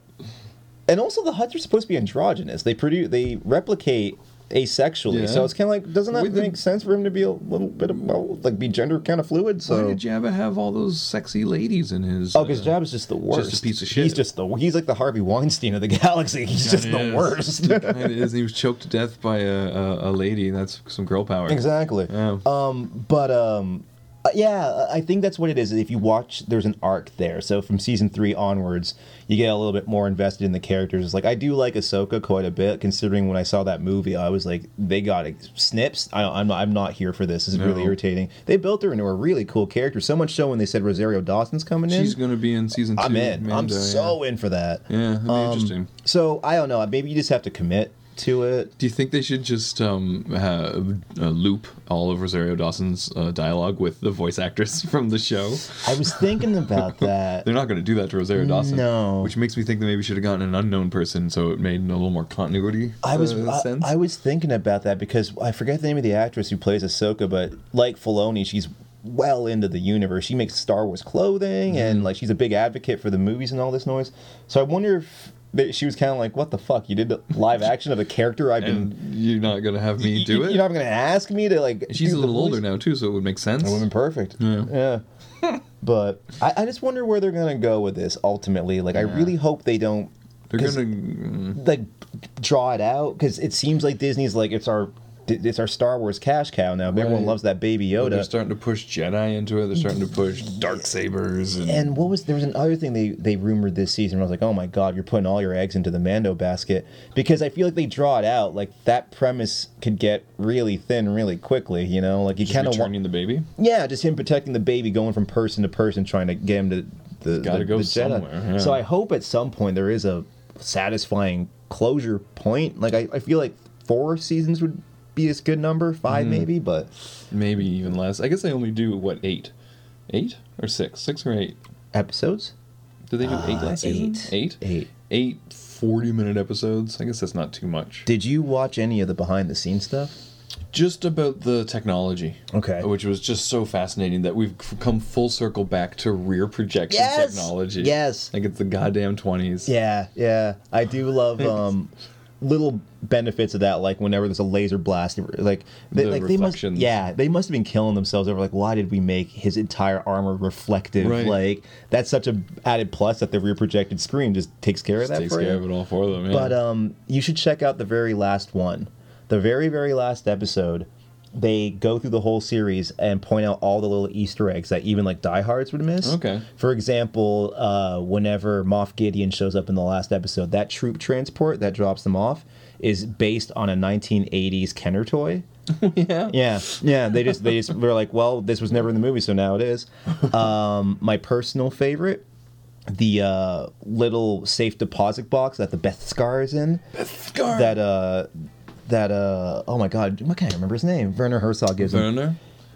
Speaker 2: and also the Huts are supposed to be androgynous. They produce, they replicate asexually,
Speaker 3: Yeah.
Speaker 2: so it's kind of like doesn't that
Speaker 3: With the-
Speaker 2: make sense for him to be a little bit of both, like be gender kind of fluid? So
Speaker 3: Why did Jabba have all those sexy ladies in his?
Speaker 2: Oh, because
Speaker 3: uh,
Speaker 2: Jabba's just the worst.
Speaker 3: just a piece of shit.
Speaker 2: He's just the he's like the Harvey Weinstein of the galaxy. He's just the
Speaker 3: Yes.
Speaker 2: worst.
Speaker 3: It kinda is. He was choked to death by a, a, a lady. That's some girl power.
Speaker 2: exactly.
Speaker 3: Yeah.
Speaker 2: Um, but um, uh, yeah, I think that's what it is. If you watch, there's an arc there. So from season three onwards, you get a little bit more invested in the characters. It's like I do like Ahsoka quite a bit, considering when I saw that movie, I was like, they got it. snips. I, I'm not, I'm not here for this. This is really
Speaker 3: No.
Speaker 2: irritating. They built her into a really cool character. So much so when they said Rosario Dawson's coming in.
Speaker 3: She's gonna be in season two.
Speaker 2: I'm in. I'm
Speaker 3: Mando, yeah.
Speaker 2: so Um, in for that.
Speaker 3: Yeah, that'd be interesting.
Speaker 2: So I don't know. Maybe you just have to commit to it.
Speaker 3: Do you think they should just um, uh, uh, loop all of Rosario Dawson's uh, dialogue with the voice actress from the show?
Speaker 2: I was thinking about that.
Speaker 3: They're not going to do that to Rosario Dawson.
Speaker 2: No.
Speaker 3: Which makes me think they maybe should have gotten an unknown person, so it made a little more continuity.
Speaker 2: I was
Speaker 3: uh,
Speaker 2: I,
Speaker 3: sense.
Speaker 2: I was thinking about that because I forget the name of the actress who plays Ahsoka, but like Filoni, she's well into the universe. She makes Star Wars clothing
Speaker 3: Mm-hmm.
Speaker 2: and like she's a big advocate for the movies and all this noise. So I wonder if that she was kind of like, "What the fuck? You did the live action of a character I've been."
Speaker 3: and you're not going to have me do it.
Speaker 2: You're not going to ask me to like.
Speaker 3: She's
Speaker 2: do
Speaker 3: a
Speaker 2: the
Speaker 3: little
Speaker 2: voice?
Speaker 3: older now too, so it would make sense.
Speaker 2: It would have been perfect. Yeah. but I, I just wonder where they're gonna go with this ultimately. Like, I really hope they don't
Speaker 3: They're
Speaker 2: 'cause-
Speaker 3: gonna.
Speaker 2: like draw it out because it seems like Disney's like it's our it's our Star Wars cash cow now. Everyone
Speaker 3: Right.
Speaker 2: loves that Baby
Speaker 3: They're
Speaker 2: Yoda.
Speaker 3: starting to push Jedi into it. They're starting to push dark sabers and,
Speaker 2: and what was there was another thing they they rumored this season. Where I was like, oh my god, you're putting all your eggs into the Mando basket because I feel like they draw it out. Like that premise could get really thin really quickly. You know, like you
Speaker 3: just
Speaker 2: kind of want
Speaker 3: returning the baby.
Speaker 2: Yeah, just him protecting the baby, going from person to person, trying to get him to the,
Speaker 3: gotta
Speaker 2: the,
Speaker 3: go
Speaker 2: the Jedi.
Speaker 3: somewhere, yeah.
Speaker 2: So I hope at some point there is a satisfying closure point. Like I, I feel like four seasons would be a good number, five
Speaker 3: Mm.
Speaker 2: maybe, but
Speaker 3: Maybe even less. I guess they only do what eight, eight or six, six or eight.
Speaker 2: episodes.
Speaker 3: Did they do eight last
Speaker 2: Uh, eight.
Speaker 3: season? Eight,
Speaker 2: Eight.
Speaker 3: eight forty-minute episodes. I guess that's not too much.
Speaker 2: Did you watch any of the behind the scenes stuff?
Speaker 3: Just about the technology,
Speaker 2: Okay.
Speaker 3: which was just so fascinating that we've f- come full circle back to rear projection
Speaker 2: Yes!
Speaker 3: technology.
Speaker 2: Yes.
Speaker 3: like it's the goddamn twenties.
Speaker 2: Yeah, yeah. I do love um little benefits of that like whenever there's a laser blast like they,
Speaker 3: The
Speaker 2: like they must
Speaker 3: reflections.
Speaker 2: yeah they must have been killing themselves over like why did we make his entire armor reflective
Speaker 3: Right.
Speaker 2: like that's such a added plus that the rear projected screen just takes care of that
Speaker 3: takes
Speaker 2: for
Speaker 3: care
Speaker 2: you.
Speaker 3: of it all for them. Yeah.
Speaker 2: But um, you should check out the very last one, the very very last episode. They go through the whole series and point out all the little Easter eggs that even like diehards would miss.
Speaker 3: Okay.
Speaker 2: For example, uh, whenever Moff Gideon shows up in the last episode, that troop transport that drops them off is based on a 1980s Kenner toy.
Speaker 3: yeah,
Speaker 2: Yeah, yeah. They just they just they're like, well, this was never in the movie, so now it is. Um, my personal favorite, the uh, little safe deposit box that the Beth Scar is in.
Speaker 3: Scar-
Speaker 2: That uh, that uh, oh my god, I can't remember his name. Werner Herzog gives him
Speaker 3: Werner.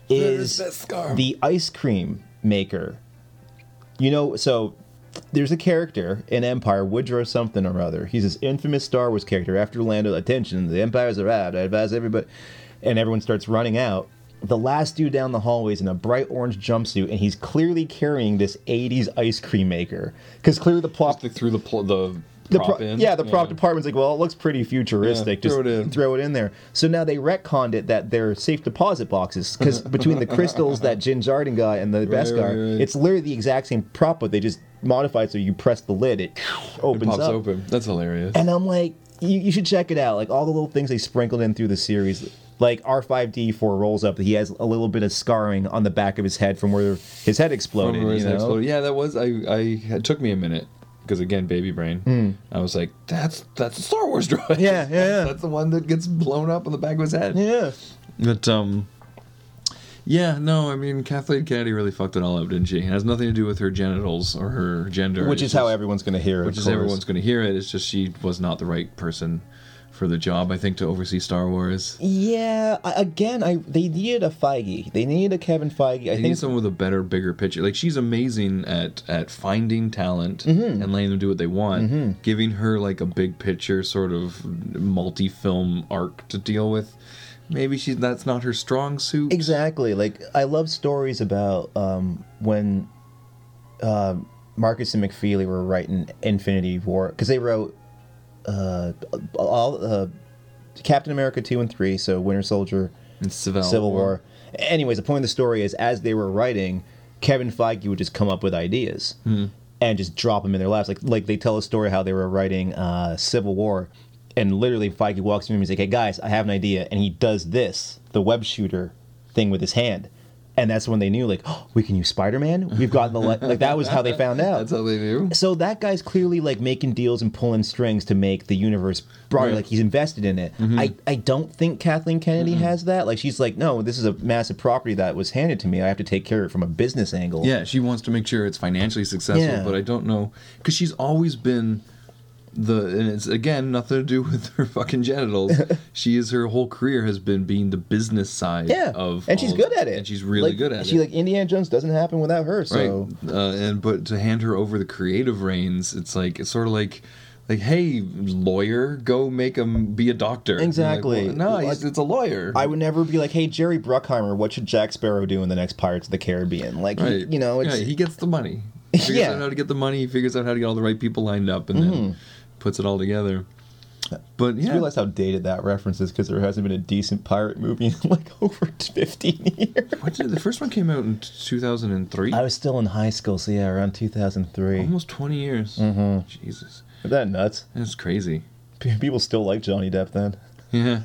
Speaker 2: is
Speaker 3: Where's Beth Scar?
Speaker 2: the ice cream maker. You know, so there's a character in Empire, Woodrow something or other. He's this infamous Star Wars character. After Lando, attention, the Empire's arrived. I advise everybody, and everyone starts running out. The last dude down the hallway is in a bright orange jumpsuit, and he's clearly carrying this '80s ice cream maker. Because clearly the plot,
Speaker 3: They threw the pl- the
Speaker 2: the
Speaker 3: prop
Speaker 2: pro-
Speaker 3: in.
Speaker 2: Yeah, the prop department's like, well, it looks pretty futuristic.
Speaker 3: Yeah,
Speaker 2: Just
Speaker 3: throw it in.
Speaker 2: throw it in there. So now they retconned it that they're safe deposit boxes because between the crystals that Jin Jardin got and the Beskar,
Speaker 3: right, right.
Speaker 2: it's literally the exact same prop, but they just modified so you press the lid, it opens
Speaker 3: pops
Speaker 2: up.
Speaker 3: open. That's hilarious.
Speaker 2: And I'm like, you, you should check it out. Like all the little things they sprinkled in through the series. Like R5D4 rolls up, he has a little bit of scarring on the back of his head from where his head exploded.
Speaker 3: Remember
Speaker 2: you
Speaker 3: his neck
Speaker 2: know?
Speaker 3: exploded? Yeah, that was. I. I. It took me a minute because again, baby brain. I was like, that's that's a Star Wars droid.
Speaker 2: Hmm. Yeah, yeah, yeah.
Speaker 3: That's the one that gets blown up on the back of his head.
Speaker 2: Yeah.
Speaker 3: But um, yeah, no, I mean Kathleen Kennedy really fucked it all up, didn't she? It has nothing to do with her genitals or her gender,
Speaker 2: Which is
Speaker 3: It's
Speaker 2: how
Speaker 3: just-
Speaker 2: everyone's going to hear.
Speaker 3: which is everyone's going to hear it. It's just she was not the right person for the job, I think, to oversee Star Wars.
Speaker 2: Yeah. I- Again, I they needed a Feige. They needed a Kevin Feige. I
Speaker 3: They
Speaker 2: think
Speaker 3: need someone with a better, bigger picture. Like she's amazing at at finding talent
Speaker 2: Mm-hmm.
Speaker 3: and letting them do what they want, giving her like a big picture sort of multi-film arc to deal with. Maybe she's that's not her strong suit.
Speaker 2: Exactly. Like I love stories about um, when um Marcus and McFeely were writing Infinity War because they wrote uh, all uh, Captain America two and three, so Winter Soldier,
Speaker 3: In Civil,
Speaker 2: Civil War. Anyways, the point of the story is as they were writing, Kevin Feige would just come up with ideas and just drop them in their laps. Like like they tell a story how they were writing uh, Civil War, and literally Feige walks in and he's like, "Hey guys, I have an idea," and he does this the web shooter thing with his hand. And that's when they knew, like, oh, we can use Spider Man. We've gotten the li-. like. That was how they found out.
Speaker 3: That's how they do.
Speaker 2: So that guy's clearly like making deals and pulling strings to make the universe broader.
Speaker 3: Right. Mm-hmm.
Speaker 2: Like he's invested in it. I, I don't think Kathleen Kennedy has that. Like she's like, no, this is a massive property that was handed to me. I have to take care of it from a business angle.
Speaker 3: Yeah, she wants to make sure it's financially successful,
Speaker 2: Yeah.
Speaker 3: but I don't know because she's always been the and it's again nothing to do with her fucking genitals. she is her whole career has been being the business side
Speaker 2: Yeah.
Speaker 3: of
Speaker 2: and she's
Speaker 3: all-
Speaker 2: good at it.
Speaker 3: And she's really
Speaker 2: Like,
Speaker 3: good at
Speaker 2: she
Speaker 3: it.
Speaker 2: like Indiana Jones doesn't happen without her. So
Speaker 3: Right. Uh, and but to hand her over the creative reins, it's like it's sort of like like hey lawyer, go make him be a doctor. And you're like,
Speaker 2: Exactly.
Speaker 3: "Well, no, he's, it's a lawyer.
Speaker 2: I would never be like, hey, Jerry Bruckheimer, what should Jack Sparrow do in the next Pirates of the Caribbean? Like,
Speaker 3: Right.
Speaker 2: you know, it's
Speaker 3: yeah, he gets the money. He figures
Speaker 2: Yeah. Mm-hmm.
Speaker 3: out how to get the money. He figures out how to get all the right people lined up, and then puts it all together. But
Speaker 2: I
Speaker 3: yeah,
Speaker 2: realize how dated that reference is because there hasn't been a decent pirate movie in like over 15 years.
Speaker 3: what did- the first one came out in 2003.
Speaker 2: I was still in high school, so yeah, around 2003.
Speaker 3: Almost 20 years.
Speaker 2: Mm-hmm.
Speaker 3: Jesus,
Speaker 2: Isn't that nuts?
Speaker 3: that's crazy.
Speaker 2: P- People still like Johnny Depp then.
Speaker 3: Yeah.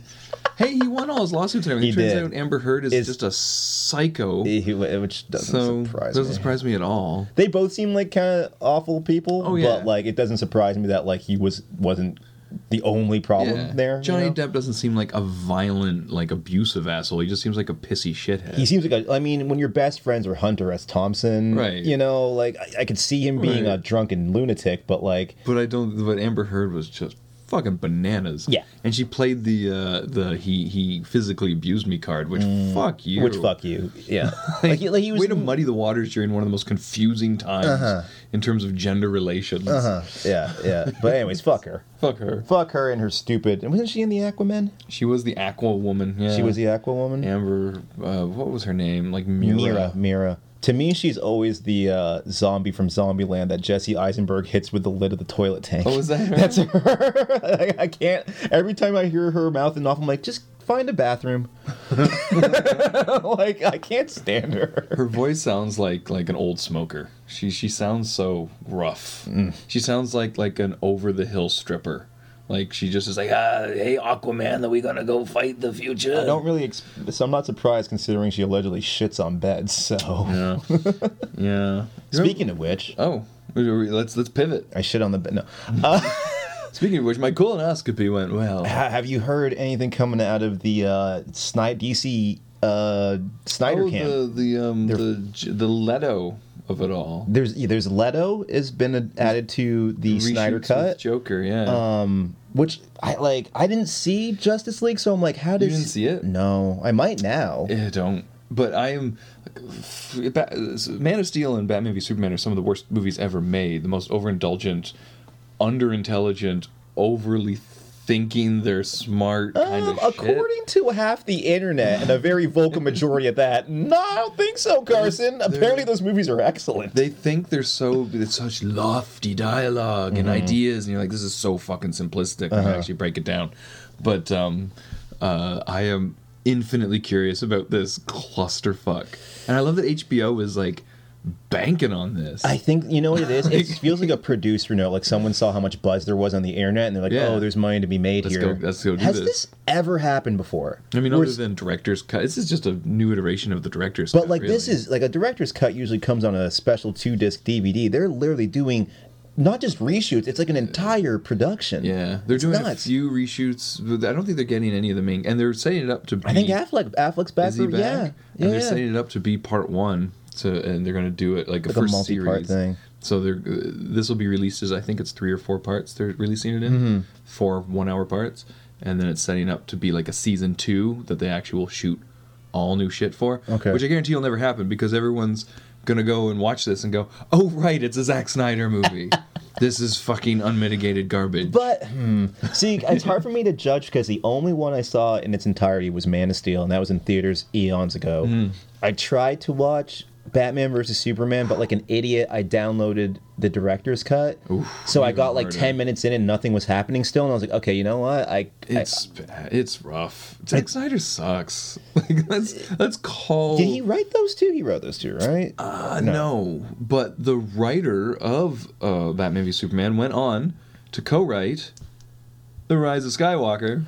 Speaker 3: Hey, he won all his lawsuits and everything.
Speaker 2: He
Speaker 3: Turns
Speaker 2: did.
Speaker 3: out Amber Heard is
Speaker 2: Is-
Speaker 3: just a psycho.
Speaker 2: He- he- Which doesn't
Speaker 3: so
Speaker 2: surprise
Speaker 3: doesn't
Speaker 2: me.
Speaker 3: surprise me at all.
Speaker 2: they both seem like kind of awful people,
Speaker 3: Oh, yeah.
Speaker 2: but like it doesn't surprise me that like he was wasn't the only problem
Speaker 3: Yeah.
Speaker 2: there. you
Speaker 3: Johnny
Speaker 2: know?
Speaker 3: Depp doesn't seem like a violent, like abusive asshole. He just seems like a pissy shithead.
Speaker 2: He seems like a, I mean, when your best friends were Hunter S. Thompson,
Speaker 3: Right.
Speaker 2: You know, like I, I could see him being
Speaker 3: Right.
Speaker 2: a drunken lunatic, but like
Speaker 3: But I don't. But Amber Heard was just fucking bananas.
Speaker 2: Yeah.
Speaker 3: And she played the uh, the he he physically abused me card, which fuck you.
Speaker 2: Mm. which fuck you, yeah. like, he- like he was
Speaker 3: Way to muddy the waters during one of the most confusing times
Speaker 2: Uh-huh.
Speaker 3: in terms of gender relations.
Speaker 2: yeah, yeah. But anyways, fuck her,
Speaker 3: Fuck her.
Speaker 2: fuck her and her stupid. And wasn't she in the Aquaman?
Speaker 3: She was the Aqua woman. Yeah.
Speaker 2: She was the Aqua Woman.
Speaker 3: Amber. Uh, what was her name? Like Mira.
Speaker 2: Mira, uh, Mira. To me, she's always the uh, zombie from Zombieland that Jesse Eisenberg hits with the lid of the toilet tank.
Speaker 3: Oh, is that her?
Speaker 2: That's her. I, I can't. Every time I hear her mouthing off, I'm like, just find a bathroom. like I can't stand her.
Speaker 3: Her voice sounds like like an old smoker. She she sounds so rough.
Speaker 2: Mm.
Speaker 3: She sounds like like an over the hill stripper. Like she just is like, ah, hey Aquaman, are we gonna go fight the future?
Speaker 2: I don't really. Ex- so I'm not surprised considering she allegedly shits on beds. So
Speaker 3: Yeah. yeah.
Speaker 2: speaking of which,
Speaker 3: Oh, we- we- let's let's pivot.
Speaker 2: I shit on the bed. No.
Speaker 3: Speaking of which, my colonoscopy went well.
Speaker 2: Ha- Have you heard anything coming out of the uh, Snyder DC uh, Snyder
Speaker 3: Oh,
Speaker 2: camp?
Speaker 3: the the um the j- the Leto of it all.
Speaker 2: There's there's Leto has been added to the Snyder
Speaker 3: Reshoots with
Speaker 2: cut, Uh,
Speaker 3: Joker. Yeah.
Speaker 2: which I like. I didn't see Justice League, so I'm like, how
Speaker 3: you
Speaker 2: does
Speaker 3: didn't see it?
Speaker 2: No, I might now.
Speaker 3: Yeah, Eh, don't. But I am. Ba- Man of Steel and Batman v Superman are some of the worst movies ever made. The most overindulgent, underintelligent, overly thinking they're smart kind
Speaker 2: Um,
Speaker 3: of shit.
Speaker 2: according to half the internet and a very vocal majority of that, no, I don't think so, Carson. Apparently, those movies are excellent.
Speaker 3: They think they're so it's such lofty dialog and
Speaker 2: Mm-hmm.
Speaker 3: ideas, and you're like, this is so fucking simplistic. When you
Speaker 2: Uh-huh.
Speaker 3: actually break it down, but um, uh, I am infinitely curious about this clusterfuck, and I love that HBO is like banking on this.
Speaker 2: I think you know what it is. It feels like a producer note. Like someone saw how much buzz there was on the internet, and they're like,
Speaker 3: Yeah.
Speaker 2: "Oh, there's money to be made
Speaker 3: Let's
Speaker 2: here."
Speaker 3: go- let's go do
Speaker 2: Has
Speaker 3: this.
Speaker 2: this ever happened before?
Speaker 3: I mean,
Speaker 2: Where
Speaker 3: other than director's cut, this is just a new iteration of the director's cut.
Speaker 2: But like this
Speaker 3: really.
Speaker 2: is like a director's cut usually comes on a special two disc DVD. They're literally doing not just reshoots; it's like an entire production.
Speaker 3: Yeah, they're
Speaker 2: It's
Speaker 3: doing
Speaker 2: nuts.
Speaker 3: a few reshoots. But I don't think they're getting any of the main, and they're setting it up to. Be,
Speaker 2: I think Affleck, Affleck's back.
Speaker 3: is he
Speaker 2: for-
Speaker 3: back?
Speaker 2: Yeah, yeah.
Speaker 3: and
Speaker 2: yeah.
Speaker 3: they're setting it up to be part one. So and they're gonna do it like a
Speaker 2: Like a
Speaker 3: first
Speaker 2: multi-part
Speaker 3: series.
Speaker 2: thing.
Speaker 3: So they're this will be released as I think it's three or four parts. They're releasing it in
Speaker 2: Mm-hmm.
Speaker 3: four one hour parts, and then it's setting up to be like a season two that they actually will shoot all new shit for.
Speaker 2: Okay.
Speaker 3: which I guarantee will never happen because everyone's gonna go and watch this and go, oh right, it's a Zack Snyder movie. this is fucking unmitigated garbage.
Speaker 2: But hmm, see, it's hard for me to judge because the only one I saw in its entirety was Man of Steel, and that was in theaters eons ago.
Speaker 3: Hmm.
Speaker 2: I tried to watch Batman versus Superman, but like an idiot, I downloaded the director's cut. so I
Speaker 3: even
Speaker 2: got like
Speaker 3: harder.
Speaker 2: ten minutes in, and nothing was happening still, and I was like, okay, you know what? I I,
Speaker 3: It's bad. It's rough. Zack Snyder sucks. Like let's let's call.
Speaker 2: did he write those two? He wrote those two, right?
Speaker 3: Uh, no. but the writer of uh, Batman v Superman went on to co-write The Rise of Skywalker.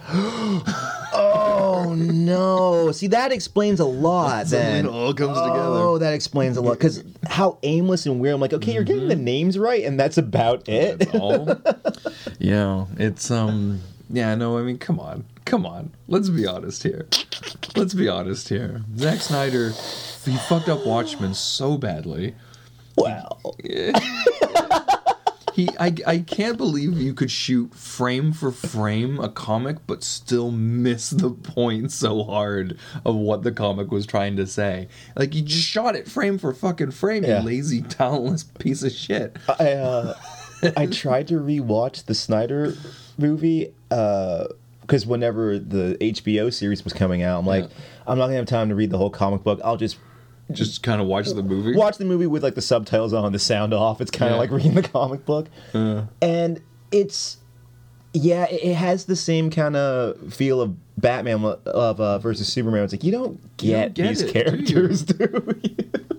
Speaker 2: oh no! See, that explains a lot.
Speaker 3: So
Speaker 2: then
Speaker 3: it all comes
Speaker 2: Oh, that explains a lot. Because how aimless and weird. I'm like, okay, you're getting the names right, and Mm-hmm. that's about it.
Speaker 3: together. That's all. yeah, it's um. Yeah, no, I mean, come on, come on. Let's be honest here. Let's be honest here. Zack Snyder, he fucked up Watchmen so badly.
Speaker 2: Well,
Speaker 3: He, I, I can't believe you could shoot frame for frame a comic, but still miss the point so hard of what the comic was trying to say. Like you just shot it frame for fucking frame,
Speaker 2: Yeah.
Speaker 3: you lazy, talentless piece of shit.
Speaker 2: I uh, I tried to rewatch the Snyder movie because whenever the HBO series was coming out, I'm like,
Speaker 3: Yeah.
Speaker 2: I'm not gonna have time to read the whole comic book. I'll just
Speaker 3: Just kind of watch the movie.
Speaker 2: watch the movie with like the subtitles on, the sound off. It's kind of
Speaker 3: Yeah.
Speaker 2: like reading the comic book, and it's yeah, it, it has the same kind of feel of Batman of uh, versus Superman. It's like you don't
Speaker 3: You
Speaker 2: get,
Speaker 3: don't get
Speaker 2: these
Speaker 3: it, do you?
Speaker 2: characters, do you?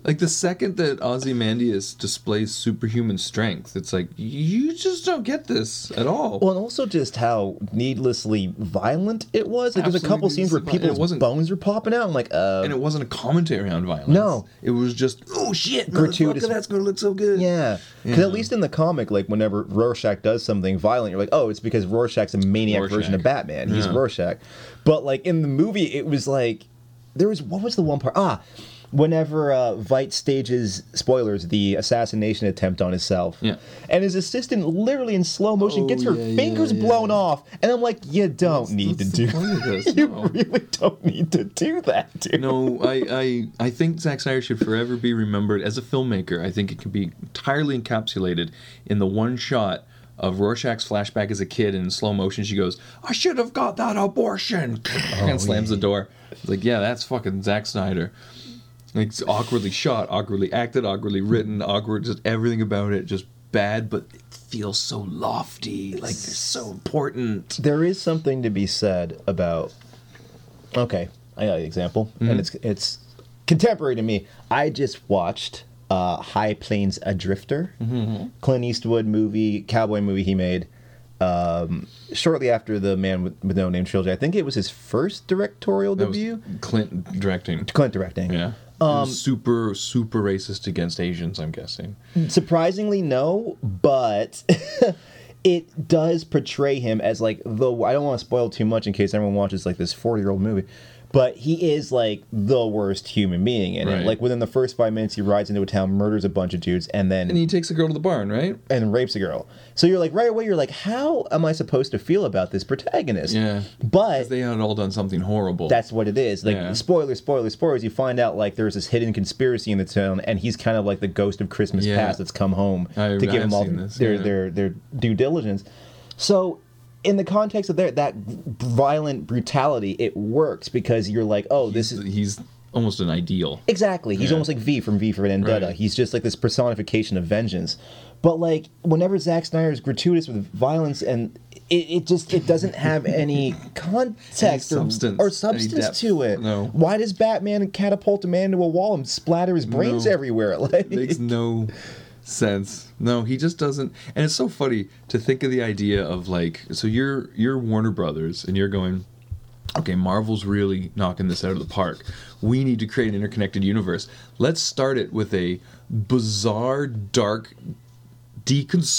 Speaker 3: Like the second that Ozymandias displays superhuman strength, it's like you just don't get this at all.
Speaker 2: Well, and also just how needlessly violent it was. Like, there's a couple
Speaker 3: Absolutely
Speaker 2: scenes where
Speaker 3: needlessly violent.
Speaker 2: people's
Speaker 3: It wasn't-
Speaker 2: bones were popping out. I'm like, uh,
Speaker 3: and it wasn't a commentary on violence.
Speaker 2: No.
Speaker 3: it was just oh shit,
Speaker 2: Gratuitous-
Speaker 3: gratuitous. That's gonna look so good.
Speaker 2: yeah. Because
Speaker 3: Yeah.
Speaker 2: at least in the comic, like whenever Rorschach does something violent, you're like, oh, it's because Rorschach's a maniac
Speaker 3: Rorschach.
Speaker 2: version of Batman. He's
Speaker 3: Yeah.
Speaker 2: Rorschach. But like in the movie, it was like there was what was the one part? Ah, whenever uh, Vite stages spoilers the assassination attempt on himself,
Speaker 3: Yeah.
Speaker 2: and his assistant literally in slow motion
Speaker 3: Oh,
Speaker 2: gets her
Speaker 3: yeah, yeah,
Speaker 2: fingers
Speaker 3: yeah.
Speaker 2: blown off, and I'm like, you don't
Speaker 3: What's-
Speaker 2: need to
Speaker 3: what's
Speaker 2: do.
Speaker 3: the point of this?
Speaker 2: you
Speaker 3: No.
Speaker 2: really don't need to do that, dude.
Speaker 3: no, I, I I think Zack Snyder should forever be remembered as a filmmaker. I think it can be entirely encapsulated in the one shot of Rorschach's flashback as a kid in slow motion. She goes, "I should have got that abortion," and slams the door. It's like, yeah, that's fucking Zack Snyder. Like it's awkwardly shot, awkwardly acted, awkwardly written, awkward. Just everything about it, just bad, but it feels so lofty. Like it's so important.
Speaker 2: there is something to be said about okay i got an example
Speaker 3: Mm-hmm.
Speaker 2: and it's it's contemporary to me i just watched uh, high plains adrifter
Speaker 3: Mm-hmm.
Speaker 2: clint eastwood movie cowboy movie he made um, shortly after the man with, with no name trilogy i think it was his first directorial
Speaker 3: That was
Speaker 2: debut
Speaker 3: Clint directing.
Speaker 2: clint directing
Speaker 3: Yeah. Um, super, super racist against Asians, I'm guessing.
Speaker 2: Surprisingly, no, but it does portray him as like the. I don't want to spoil too much in case everyone watches like this 40 year old movie, but he is like the worst human being in it.
Speaker 3: Right.
Speaker 2: Like within the first five minutes, he rides into a town, murders a bunch of dudes, and then
Speaker 3: And he takes the girl to the barn, right?
Speaker 2: and rapes a girl. So you're like, right away, you're like, how am I supposed to feel about this protagonist?
Speaker 3: Yeah.
Speaker 2: But
Speaker 3: They had all done something horrible.
Speaker 2: that's what it is. Like
Speaker 3: Yeah.
Speaker 2: spoiler, spoiler, spoilers. You find out like there's this hidden conspiracy in the town, and he's kind of like the ghost of Christmas
Speaker 3: Yeah.
Speaker 2: past that's come home
Speaker 3: I-
Speaker 2: to give
Speaker 3: I've
Speaker 2: them all
Speaker 3: seen this,
Speaker 2: their,
Speaker 3: yeah.
Speaker 2: their their due diligence. So, in the context of their that violent brutality, it works because you're like, oh, this is
Speaker 3: He's almost an ideal.
Speaker 2: Exactly. He's
Speaker 3: Yeah.
Speaker 2: almost like V from V for Vendetta.
Speaker 3: Right.
Speaker 2: He's just like this personification of vengeance. But like whenever Zack Snyder is gratuitous with violence and it, it just it doesn't have any context
Speaker 3: Any
Speaker 2: or-
Speaker 3: substance,
Speaker 2: or,
Speaker 3: any
Speaker 2: substance
Speaker 3: depth.
Speaker 2: to it.
Speaker 3: No.
Speaker 2: Why does Batman catapult a man to a wall and splatter his brains
Speaker 3: No.
Speaker 2: everywhere? Like
Speaker 3: It makes no sense. No, he just doesn't. And it's so funny to think of the idea of like, so you're you're Warner Brothers, and you're going, okay, Marvel's really knocking this out of the park. We need to create an interconnected universe. Let's start it with a bizarre, dark,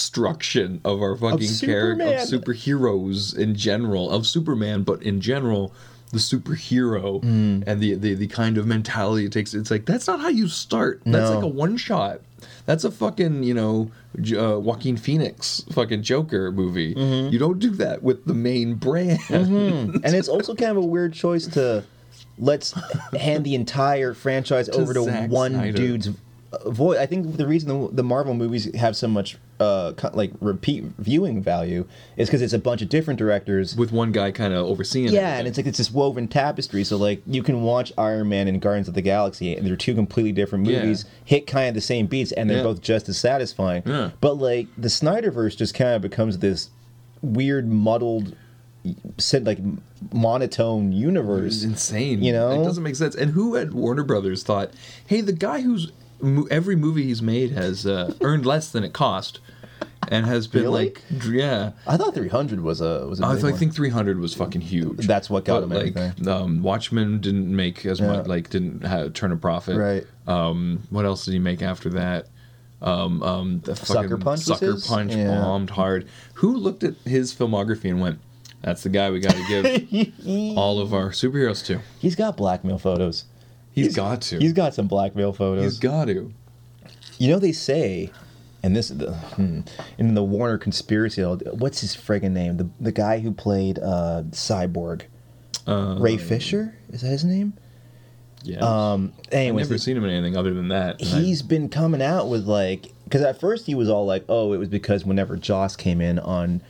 Speaker 3: deconstruction of our fucking character of
Speaker 2: Superman.
Speaker 3: superheroes in general, of Superman, but in general, the superhero
Speaker 2: Mm.
Speaker 3: and the, the the kind of mentality it takes. It's like that's not how you start. That's
Speaker 2: No.
Speaker 3: like a one shot. That's a fucking you know J- uh, Joaquin Phoenix fucking Joker movie.
Speaker 2: Mm-hmm.
Speaker 3: You don't do that with the main brand.
Speaker 2: Hmm. and it's also kind of a weird choice to let's hand the entire franchise over to
Speaker 3: Zack
Speaker 2: one
Speaker 3: Snyder.
Speaker 2: dude's voice. I think the reason the, the Marvel movies have so much uh, co- like repeat viewing value is because it's a bunch of different directors.
Speaker 3: With one guy kind of overseeing.
Speaker 2: yeah, and it's like it's this woven tapestry. So like you can watch Iron Man and Guardians of the Galaxy, and they're two completely different
Speaker 3: Yeah.
Speaker 2: movies, hit kind of the same beats, and they're
Speaker 3: Yeah.
Speaker 2: both just as satisfying.
Speaker 3: Yeah.
Speaker 2: But like the Snyderverse just kind of becomes this weird, muddled, said like monotone universe.
Speaker 3: It's insane.
Speaker 2: You know?
Speaker 3: it doesn't make sense. And who at Warner Brothers thought, hey, the guy who's mo- every movie he's made has uh, earned less than it cost, and has been
Speaker 2: Really?
Speaker 3: like, dr- yeah.
Speaker 2: I thought 300 was a was a
Speaker 3: I,
Speaker 2: big
Speaker 3: th- I
Speaker 2: one.
Speaker 3: think 300 was fucking huge.
Speaker 2: That's what got him
Speaker 3: like,
Speaker 2: everything.
Speaker 3: Um, Watchmen didn't make as much.
Speaker 2: Yeah.
Speaker 3: Like didn't ha turn a profit.
Speaker 2: Right.
Speaker 3: Um, what else did he make after that? Um, um, the
Speaker 2: Sucker
Speaker 3: fucking
Speaker 2: Punch was
Speaker 3: Sucker
Speaker 2: his?
Speaker 3: punch
Speaker 2: Yeah.
Speaker 3: bombed hard. Who looked at his filmography and went, "That's the guy we got to give all of our superheroes to."
Speaker 2: he's got blackmail photos.
Speaker 3: he's got to.
Speaker 2: He's got some blackmail photos.
Speaker 3: He's got to.
Speaker 2: You know they say, and this the, hmm, in the Warner conspiracy. What's his friggin' name? The the guy who played uh, Cyborg, Ray Fisher is that his name?
Speaker 3: Yeah.
Speaker 2: Um.
Speaker 3: I've
Speaker 2: Anyways,
Speaker 3: never seen him in anything other than that. and I-
Speaker 2: he's been coming out with like because at first he was all like, oh, it was because whenever Joss came in on.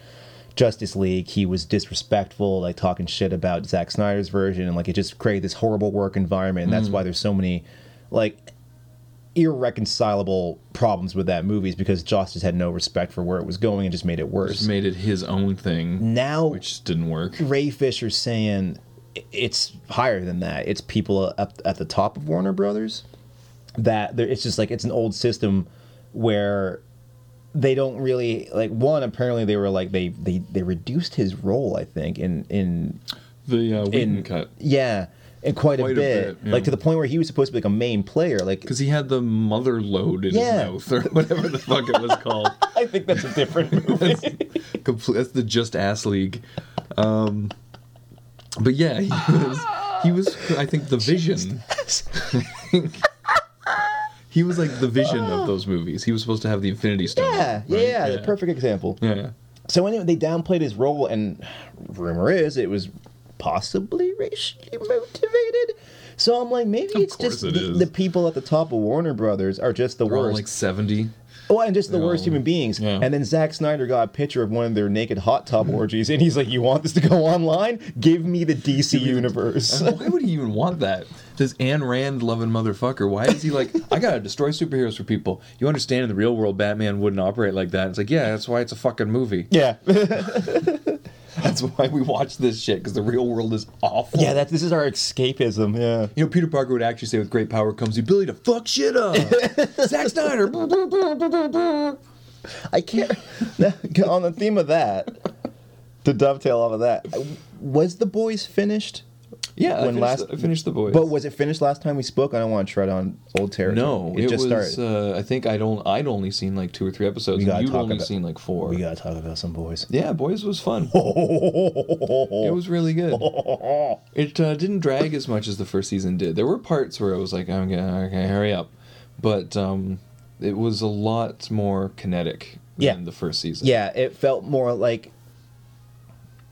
Speaker 2: Justice League, he was disrespectful, like talking shit about Zack Snyder's version, and like it just created this horrible work environment, and that's
Speaker 3: Mm.
Speaker 2: why there's so many, like, irreconcilable problems with that movie is because Joss just had no respect for where it was going and just made it worse.
Speaker 3: just made it his own thing,
Speaker 2: now
Speaker 3: which just didn't work.
Speaker 2: Ray Fisher's saying i- it's higher than that. It's people up at the top of Warner Brothers that there- it's just like it's an old system where they don't really like one. Apparently, they were like they they they reduced his role. I think in in
Speaker 3: The uh, Whedon
Speaker 2: in
Speaker 3: cut.
Speaker 2: yeah. And quite,
Speaker 3: Quite
Speaker 2: a
Speaker 3: a
Speaker 2: bit,
Speaker 3: bit, yeah.
Speaker 2: like to the point where he was supposed to be like a main player. Like
Speaker 3: Because he had the mother load in
Speaker 2: Yeah.
Speaker 3: his mouth or whatever the fuck it was called.
Speaker 2: I think that's a different movie.
Speaker 3: Complete, that's the Just Ass League. Um, but yeah, he was, he was, I think, the vision. He was like the vision of those movies. He was supposed to have the Infinity Stone.
Speaker 2: Oh. yeah,
Speaker 3: right?
Speaker 2: yeah, the perfect example.
Speaker 3: Yeah.
Speaker 2: So anyway, they downplayed his role, and rumor is it was possibly racially motivated. So I'm like, maybe
Speaker 3: Of
Speaker 2: it's just
Speaker 3: course it
Speaker 2: the,
Speaker 3: is.
Speaker 2: the people at the top of Warner Brothers are just the
Speaker 3: We're all
Speaker 2: worst.
Speaker 3: like 70.
Speaker 2: oh, and just the
Speaker 3: they're
Speaker 2: worst
Speaker 3: all-
Speaker 2: human beings.
Speaker 3: yeah.
Speaker 2: And then Zack Snyder got a picture of one of their naked hot tub orgies, and he's like, "You want this to go online? Give me the DC universe."
Speaker 3: Why would he even want that? This Ayn Rand loving motherfucker. Why is he like, I gotta destroy superheroes for people? You understand in the real world, Batman wouldn't operate like that. It's like, yeah, that's why it's a fucking movie.
Speaker 2: yeah,
Speaker 3: That's why we watch this shit, because the real world is awful.
Speaker 2: yeah. That this is our escapism. Yeah.
Speaker 3: You know, Peter Parker would actually say, with great power comes the ability to fuck shit up. Zack Snyder. blah, blah, blah, blah, blah, blah.
Speaker 2: I can't. Now, on the theme of that, to dovetail off of that, was the boys finished?
Speaker 3: Yeah, I
Speaker 2: When
Speaker 3: finished,
Speaker 2: last-
Speaker 3: I finished the boys.
Speaker 2: But was it finished last time we spoke? I don't want to tread on old territory.
Speaker 3: no,
Speaker 2: it,
Speaker 3: it,
Speaker 2: just
Speaker 3: was.
Speaker 2: started.
Speaker 3: Uh, I think I'd, on, I'd only seen like two or three episodes,
Speaker 2: gotta
Speaker 3: and you'd
Speaker 2: talk
Speaker 3: only
Speaker 2: about-
Speaker 3: seen like four.
Speaker 2: we gotta talk about some boys.
Speaker 3: yeah, boys was fun. It
Speaker 2: it
Speaker 3: was really good. It uh, didn't drag as much as the first season did. There were parts where it was like, I'm gonna, okay, hurry up, but um, it was a lot more kinetic
Speaker 2: Yeah.
Speaker 3: than the first season.
Speaker 2: yeah, it felt more like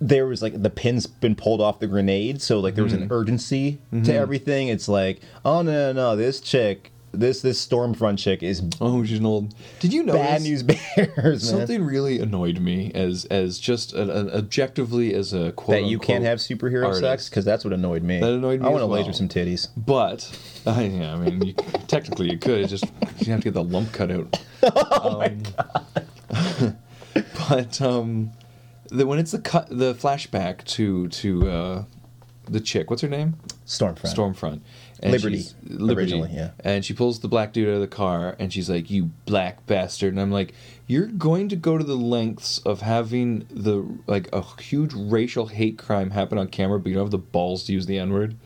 Speaker 2: there was like the pin's been pulled off the grenade, so like there was
Speaker 3: Mm-hmm.
Speaker 2: an urgency to everything. It's like, oh no, no, no, this chick, this this stormfront chick is
Speaker 3: Oh, she's an old. Did you notice
Speaker 2: bad news bears. man.
Speaker 3: Something really annoyed me as as just an, an objectively as a quote
Speaker 2: that you can't have
Speaker 3: unquote
Speaker 2: superhero sex
Speaker 3: artist.
Speaker 2: because that's what annoyed me.
Speaker 3: That annoyed me
Speaker 2: I
Speaker 3: as
Speaker 2: want to
Speaker 3: well.
Speaker 2: laser some titties.
Speaker 3: But I, yeah, I mean, you, technically you could. It's just you have to get the lump cut out. oh my god! but um, the, when it's the cut, the flashback to to uh, the chick. What's her name?
Speaker 2: Stormfront.
Speaker 3: Stormfront. And
Speaker 2: Liberty,
Speaker 3: she's- Liberty.
Speaker 2: originally, yeah.
Speaker 3: And she pulls the black dude out of the car, and she's like, "You black bastard!" And I'm like, "You're going to go to the lengths of having the like a huge racial hate crime happen on camera, but you don't have the balls to use the N word."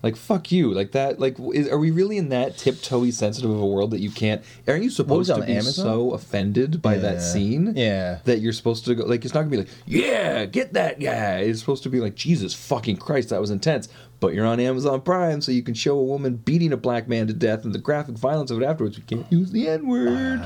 Speaker 3: Like fuck you, like that. Like, is, are we really in that tiptoey sensitive of a world that you can't? Aren't you supposed
Speaker 2: was it
Speaker 3: to
Speaker 2: on
Speaker 3: be
Speaker 2: Amazon?
Speaker 3: so offended by that
Speaker 2: Yeah.
Speaker 3: scene?
Speaker 2: Yeah.
Speaker 3: that you're supposed to go. Like, it's not gonna be like, yeah, get that guy. It's supposed to be like, Jesus fucking Christ, that was intense. But you're on Amazon Prime, so you can show a woman beating a black man to death and the graphic violence of it afterwards. We can't use the N word.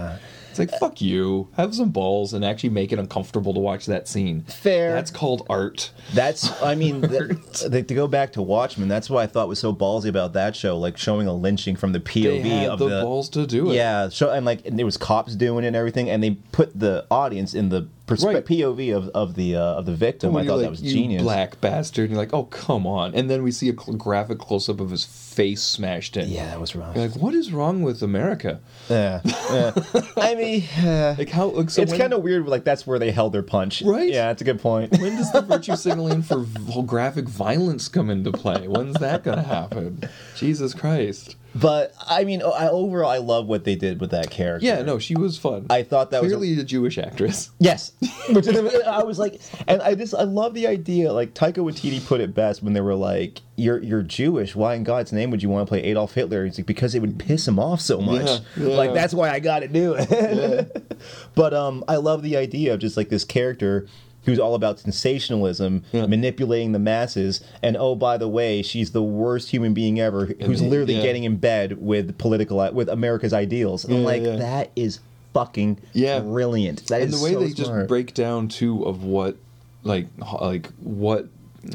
Speaker 3: it's like fuck you. Have some balls and actually make it uncomfortable to watch that scene.
Speaker 2: Fair.
Speaker 3: That's called art.
Speaker 2: That's, I mean, that, like, to go back to Watchmen, that's what I thought was so ballsy about that show, like showing a lynching from the
Speaker 3: They
Speaker 2: POV
Speaker 3: had
Speaker 2: of
Speaker 3: the,
Speaker 2: the,
Speaker 3: balls to do it.
Speaker 2: yeah, show, and like and there was cops doing it and everything, and they put the audience in the perspe-
Speaker 3: Right.
Speaker 2: POV of, of the uh, of the victim. I
Speaker 3: When you're
Speaker 2: thought
Speaker 3: like,
Speaker 2: that was
Speaker 3: "You
Speaker 2: genius.
Speaker 3: black bastard. And you're like, oh, come on. And then we see a cl- graphic close up of his face smashed in.
Speaker 2: Yeah, that was rough.
Speaker 3: You're like, what is wrong with America?
Speaker 2: yeah, yeah. I mean, uh,
Speaker 3: Like, how. Like, so
Speaker 2: it's
Speaker 3: when-
Speaker 2: kind of weird. Like that's where they held their punch,
Speaker 3: Right?
Speaker 2: Yeah, that's a good point.
Speaker 3: When does the virtue signaling for v- graphic violence come into play? When's that going to happen? Jesus Christ.
Speaker 2: But I mean, o- I, overall, I love what they did with that character.
Speaker 3: Yeah, no, she was fun.
Speaker 2: I thought that was a-
Speaker 3: Clearly a Jewish actress.
Speaker 2: Yes, which is- I was like, and I just I love the idea. Like Taika Waititi put it best when they were like, "You're you're Jewish. Why in God's name would you want to play Adolf Hitler?" He's like, "Because it would piss him off so much.
Speaker 3: Yeah, yeah.
Speaker 2: Like that's why I got to do it." but um, I love the idea of just like this character who's all about sensationalism, manipulating the masses, and oh by the way, she's the worst human being ever, who's
Speaker 3: then-
Speaker 2: literally
Speaker 3: yeah.
Speaker 2: getting in bed with political with America's ideals. I'm
Speaker 3: Yeah,
Speaker 2: like
Speaker 3: yeah.
Speaker 2: that is. Fucking
Speaker 3: Yeah.
Speaker 2: brilliant! That is
Speaker 3: and the way
Speaker 2: so
Speaker 3: they
Speaker 2: smart.
Speaker 3: just break down too of what like ho- like what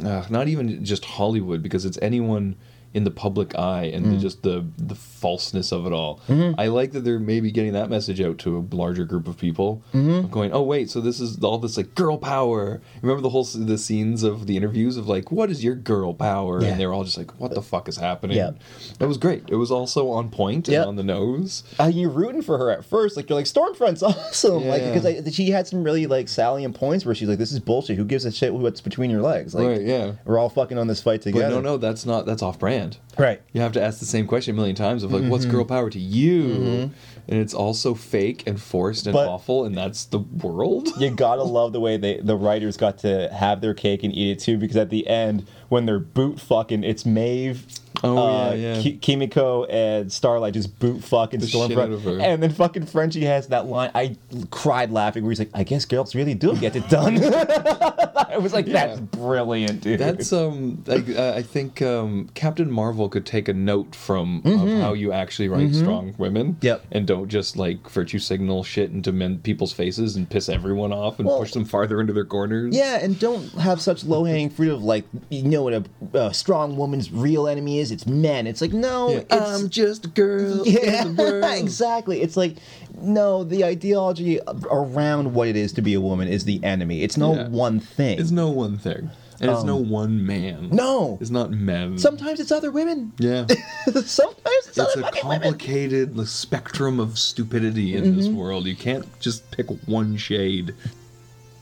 Speaker 3: uh, not even just hollywood because it's anyone in the public eye and
Speaker 2: Mm.
Speaker 3: the- just the the falseness of it all
Speaker 2: Mm-hmm.
Speaker 3: i like that they're maybe getting that message out to a larger group of people
Speaker 2: Mm-hmm.
Speaker 3: of going oh wait so this is all this like girl power remember the whole s- the scenes of the interviews of like what is your girl power
Speaker 2: Yeah. Uh,
Speaker 3: and they're all just like what the fuck is happening
Speaker 2: Yeah.
Speaker 3: it was great it was also on point
Speaker 2: Yeah.
Speaker 3: and on the nose
Speaker 2: uh, you're rooting for her at first. Like you're like Stormfront's awesome. Like
Speaker 3: Yeah.
Speaker 2: because like, she had some really like salient points where she's like, "This is bullshit. Who gives a shit what's between your legs? Like,
Speaker 3: Right, yeah.
Speaker 2: we're all fucking on this fight
Speaker 3: but
Speaker 2: together."
Speaker 3: no no that's not that's off brand
Speaker 2: right.
Speaker 3: you have to ask the same question a million times of like what's
Speaker 2: Mm-hmm.
Speaker 3: girl power to you and it's all so fake and forced and
Speaker 2: But-
Speaker 3: awful and that's the world
Speaker 2: You gotta love the way they the writers got to have their cake and eat it too. Because at the end, when they're boot fucking, it's Maeve.
Speaker 3: Oh,
Speaker 2: uh,
Speaker 3: yeah, yeah.
Speaker 2: Ki- Kimiko and Starlight just boot fucking
Speaker 3: The shit out of her.
Speaker 2: Stormfront, and then fucking Frenchie has that line. I cried laughing where he's like, "I guess girls really do get it done." I was like, "That's brilliant, dude."
Speaker 3: that's um like uh, i think um captain marvel could take a note from of how you actually write strong women
Speaker 2: Mm-hmm. Yep.
Speaker 3: and don't just like virtue signal shit into men people's faces and piss everyone off and
Speaker 2: Well-
Speaker 3: push them farther into their corners
Speaker 2: Yeah, and don't have such low hanging fruit of like, you know what a, a strong woman's real enemy is? It's men. It's like, no, um,
Speaker 3: Yeah,
Speaker 2: it's.
Speaker 3: i'm just a girl
Speaker 2: yeah,
Speaker 3: in the world.
Speaker 2: exactly. It's like, no, the ideology around what it is to be a woman is the enemy. It's no
Speaker 3: Yeah.
Speaker 2: one thing.
Speaker 3: it's no one thing and it's no one man
Speaker 2: Um, no.
Speaker 3: it's not men
Speaker 2: Sometimes it's other women.
Speaker 3: yeah
Speaker 2: Sometimes it's,
Speaker 3: it's
Speaker 2: other
Speaker 3: a
Speaker 2: fucking women.
Speaker 3: complicated like, spectrum of stupidity in this world. You can't just pick one shade.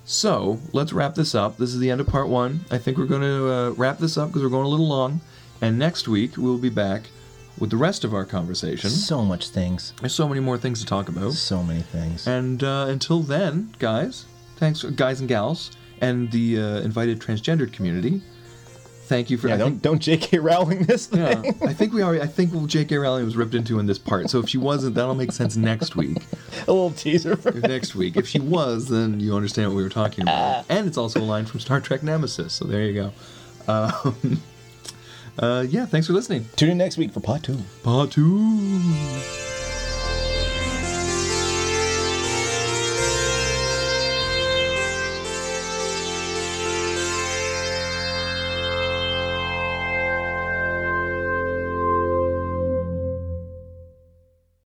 Speaker 3: So let's wrap this up. This is the end of part one. I think we're going to uh, wrap this up because we're going a little long. And next week we'll be back with the rest of our conversation.
Speaker 2: So much things.
Speaker 3: There's so many more things to talk about.
Speaker 2: So many things.
Speaker 3: And uh, until then, guys, thanks, guys and gals, and the uh, invited transgendered community. Thank you for.
Speaker 2: Yeah,
Speaker 3: I think-
Speaker 2: don't, don't J.K. Rowling this thing.
Speaker 3: yeah, I think we already. I think J.K. Rowling was ripped into in this part. So if she wasn't, that'll make sense next week.
Speaker 2: A little teaser for
Speaker 3: Next week, if she was, then you understand what we were talking about. And it's also a line from Star Trek Nemesis. So there you go. Um, uh, yeah, thanks for listening.
Speaker 2: Tune in next week for part two.
Speaker 3: Part two.